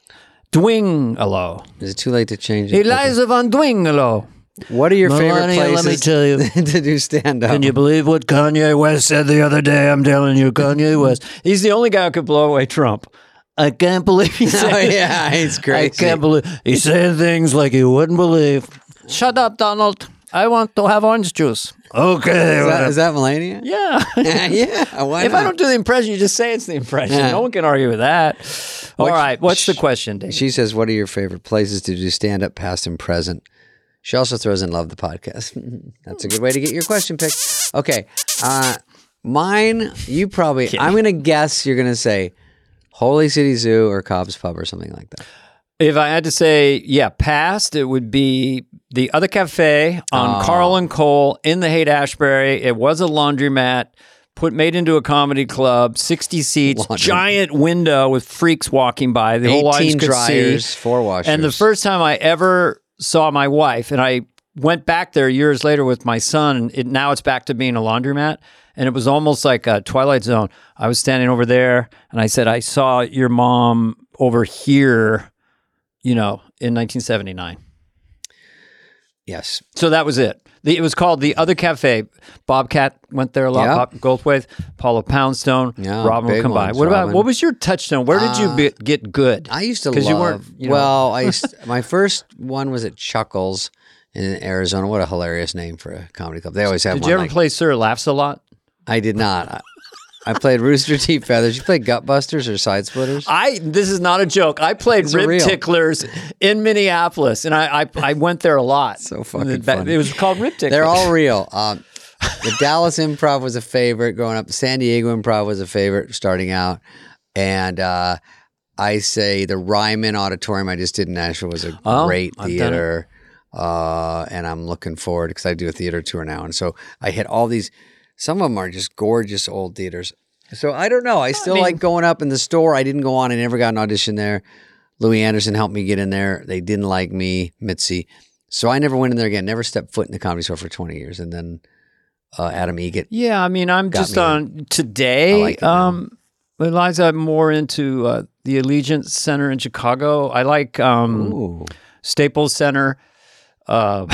B: Dwingalo.
A: Is it too late to change it?
B: Eliza von Dwingalo.
A: What are your favorite
B: Melania, let me
A: places [laughs]
B: tell you.
A: to do stand up?
B: Can you believe what Kanye West said the other day? I'm telling you, Kanye West. He's the only guy who could blow away Trump. I can't believe [laughs] he
A: [laughs]
B: said.
A: Oh yeah, it's
B: I
A: crazy.
B: can't believe he said things like you wouldn't believe. Shut up, Donald. I want to have orange juice. Okay.
A: Is that, is that Melania?
B: [laughs] yeah.
A: [laughs] yeah. Why
B: if
A: not?
B: I don't do the impression, you just say it's the impression.
A: Yeah.
B: No one can argue with that. All right. What's the question, Dave?
A: She says, "What are your favorite places to do stand up, past and present?" She also throws in love the podcast. [laughs] That's a good way to get your question picked. Okay, uh, mine. You probably. I'm gonna guess you're gonna say Holy City Zoo or Cobb's Pub or something like that.
B: If I had to say, yeah, past, it would be the other cafe
A: Ah.
B: on Carl and Cole in the Haight Ashbury. It was a laundromat, put made into a comedy club, sixty seats,
A: Laundromat.
B: giant window with freaks walking by. The whole audience
A: Eighteen
B: could
A: dryers,
B: see.
A: four washers,
B: And the first time I ever saw my wife, and I went back there years later with my son, and it, now it's back to being a laundromat. And it was almost like a Twilight Zone. I was standing over there, and I said, I saw your mom over here, you know, in 1979.
A: Yes.
B: So that was it. The, it was called the Other Cafe. Bobcat went there a lot.
A: Yeah.
B: Bob Goldthwaite, Paula Poundstone,
A: Yeah,
B: Robin would
A: big
B: come by.
A: ones,
B: What about
A: Robin. Uh,
B: what was your touchdown? Where did you be, get good?
A: I used to
B: 'Cause
A: love.
B: you weren't, you know-
A: well, I used,
B: [laughs]
A: my first one was at Chuckles in Arizona. What a hilarious name for a comedy club. They always have.
B: did
A: one
B: you ever
A: like-
B: play Sir Laughs a lot?
A: I did not. I, I played Rooster Teeth Feathers. You played Gut Busters or Side Splitters?
B: I this is not a joke. I played
A: are
B: rib
A: real.
B: ticklers in Minneapolis, and I I, I went there a lot.
A: So fucking
B: It- that-
A: funny.
B: It was called rib ticklers.
A: They're all real. Um, the Dallas Improv was a favorite growing up. San Diego Improv was a favorite starting out, and uh, I say the Ryman Auditorium I just did in Nashville was a
B: Oh,
A: great
B: I've done it.
A: theater. Uh, and I'm looking forward because I do a theater tour now, and so I hit all these. Some of them are just gorgeous old theaters. So I don't know. I still
B: mean-
A: like going up in the store. I didn't go on. I never got an audition there. Louis Anderson helped me get in there. They didn't like me, Mitzi. So I never went in there again. Never stepped foot in the comedy store for 20 years. And then uh, Adam Egett.
B: Yeah, I mean, I'm
A: Got
B: just
A: me.
B: on today.
A: I like it now.
B: um, Eliza, I'm more into uh, the Allegiant Center in Chicago. I like um,
A: Ooh,
B: Staples Center.
A: [laughs]
B: Uh,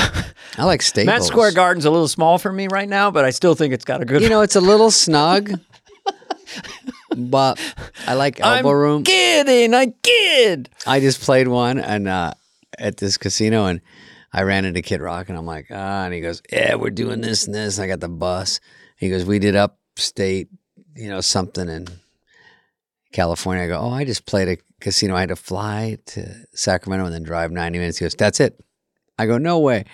A: I like Staples.
B: Matt Square Garden's a little small for me right now, but I still think it's got a good. [laughs]
A: You know, it's a little snug, but I like elbow
B: I'm
A: room.
B: kidding. I kid.
A: I just played one and uh, at this casino and I ran into Kid Rock and I'm like, ah, and he goes, yeah, we're doing this and this. And I got the bus. He goes, we did upstate, you know, something in California. I go, oh, I just played a casino. I had to fly to Sacramento and then drive 90 minutes. He goes, that's it. I go, no way.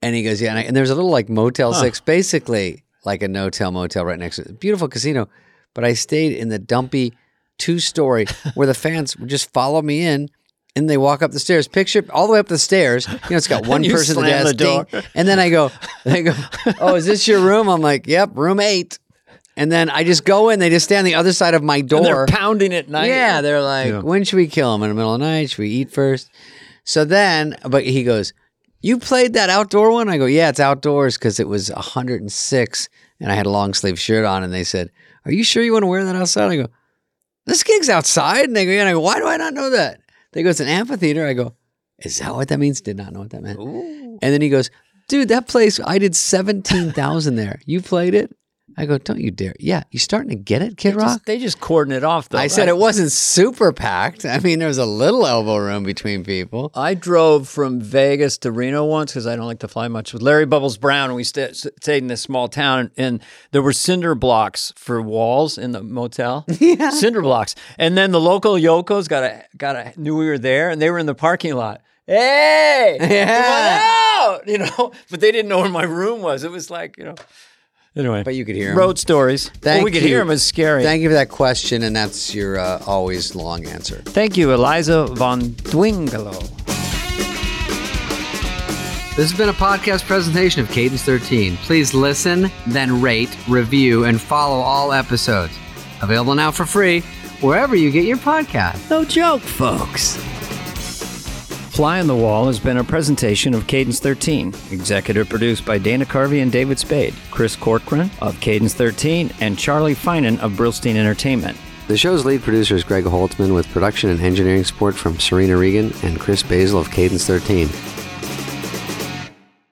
A: And he goes, yeah. And, I, and there's a little like Motel
B: Huh.
A: 6, basically like a no tell motel right next to it. Beautiful casino. But I stayed in the dumpy two
B: [laughs]
A: story where the fans would just follow me in and they walk up the stairs. Picture all the way up the stairs. You know, it's
B: [laughs]
A: got one
B: you
A: person at the
B: slam
A: desk.
B: the door.
A: ding. and then I go, they go, oh, is this your room? I'm like, yep, room eight. And then I just go in. They just stand on the other side of my door.
B: And they're pounding at night.
A: Yeah, they're like,
B: Yeah.
A: when should we kill him? In the middle of the night? Should we eat first? So then, but he goes, You played that outdoor one? I go, Yeah, it's outdoors because it was 106 and I had a long sleeve shirt on. And they said, Are you sure you want to wear that outside? I go, This gig's outside. And they go, Yeah. And I go, Why do I not know that? They go, It's an amphitheater. I go, Is that what that means? Did not know what that meant. And then he goes, Dude, that place, I did 17,000 there. You played it? I go, Don't you dare. Yeah. You starting to get it, Kid
B: They
A: Rock?
B: just, they just cordon it off though.
A: I said it wasn't super packed. I mean, there was a little elbow room between people.
B: I drove from Vegas to Reno once because I don't like to fly much with Larry Bubbles Brown, and we sta- s- stayed in this small town, and there were cinder blocks for walls in the motel. Yeah. Cinder blocks, and then the local yokos got a got a knew we were there, and they were in the parking lot. Hey, come on
A: Yeah.
B: out, [laughs] you know, but they didn't know where my room was. It was like you know, anyway.
A: But you could hear 'em.
B: road stories.
A: Thank
B: well, we could
A: you.
B: hear them. It's scary.
A: Thank you for that question, and that's your uh, always long answer.
B: Thank you, Eliza von Dwingelo.
A: This has been a podcast presentation of Cadence 13. Please listen, then rate, review, and follow all episodes. Available now for free wherever you get your podcast.
B: No joke, folks. Fly on the Wall has been a presentation of Cadence 13, executive produced by Dana Carvey and David Spade, Chris Corcoran of Cadence 13, and Charlie Finan of Brillstein Entertainment.
A: The show's lead producer is Greg Holtzman with production and engineering support from Serena Regan and Chris Basil of Cadence 13.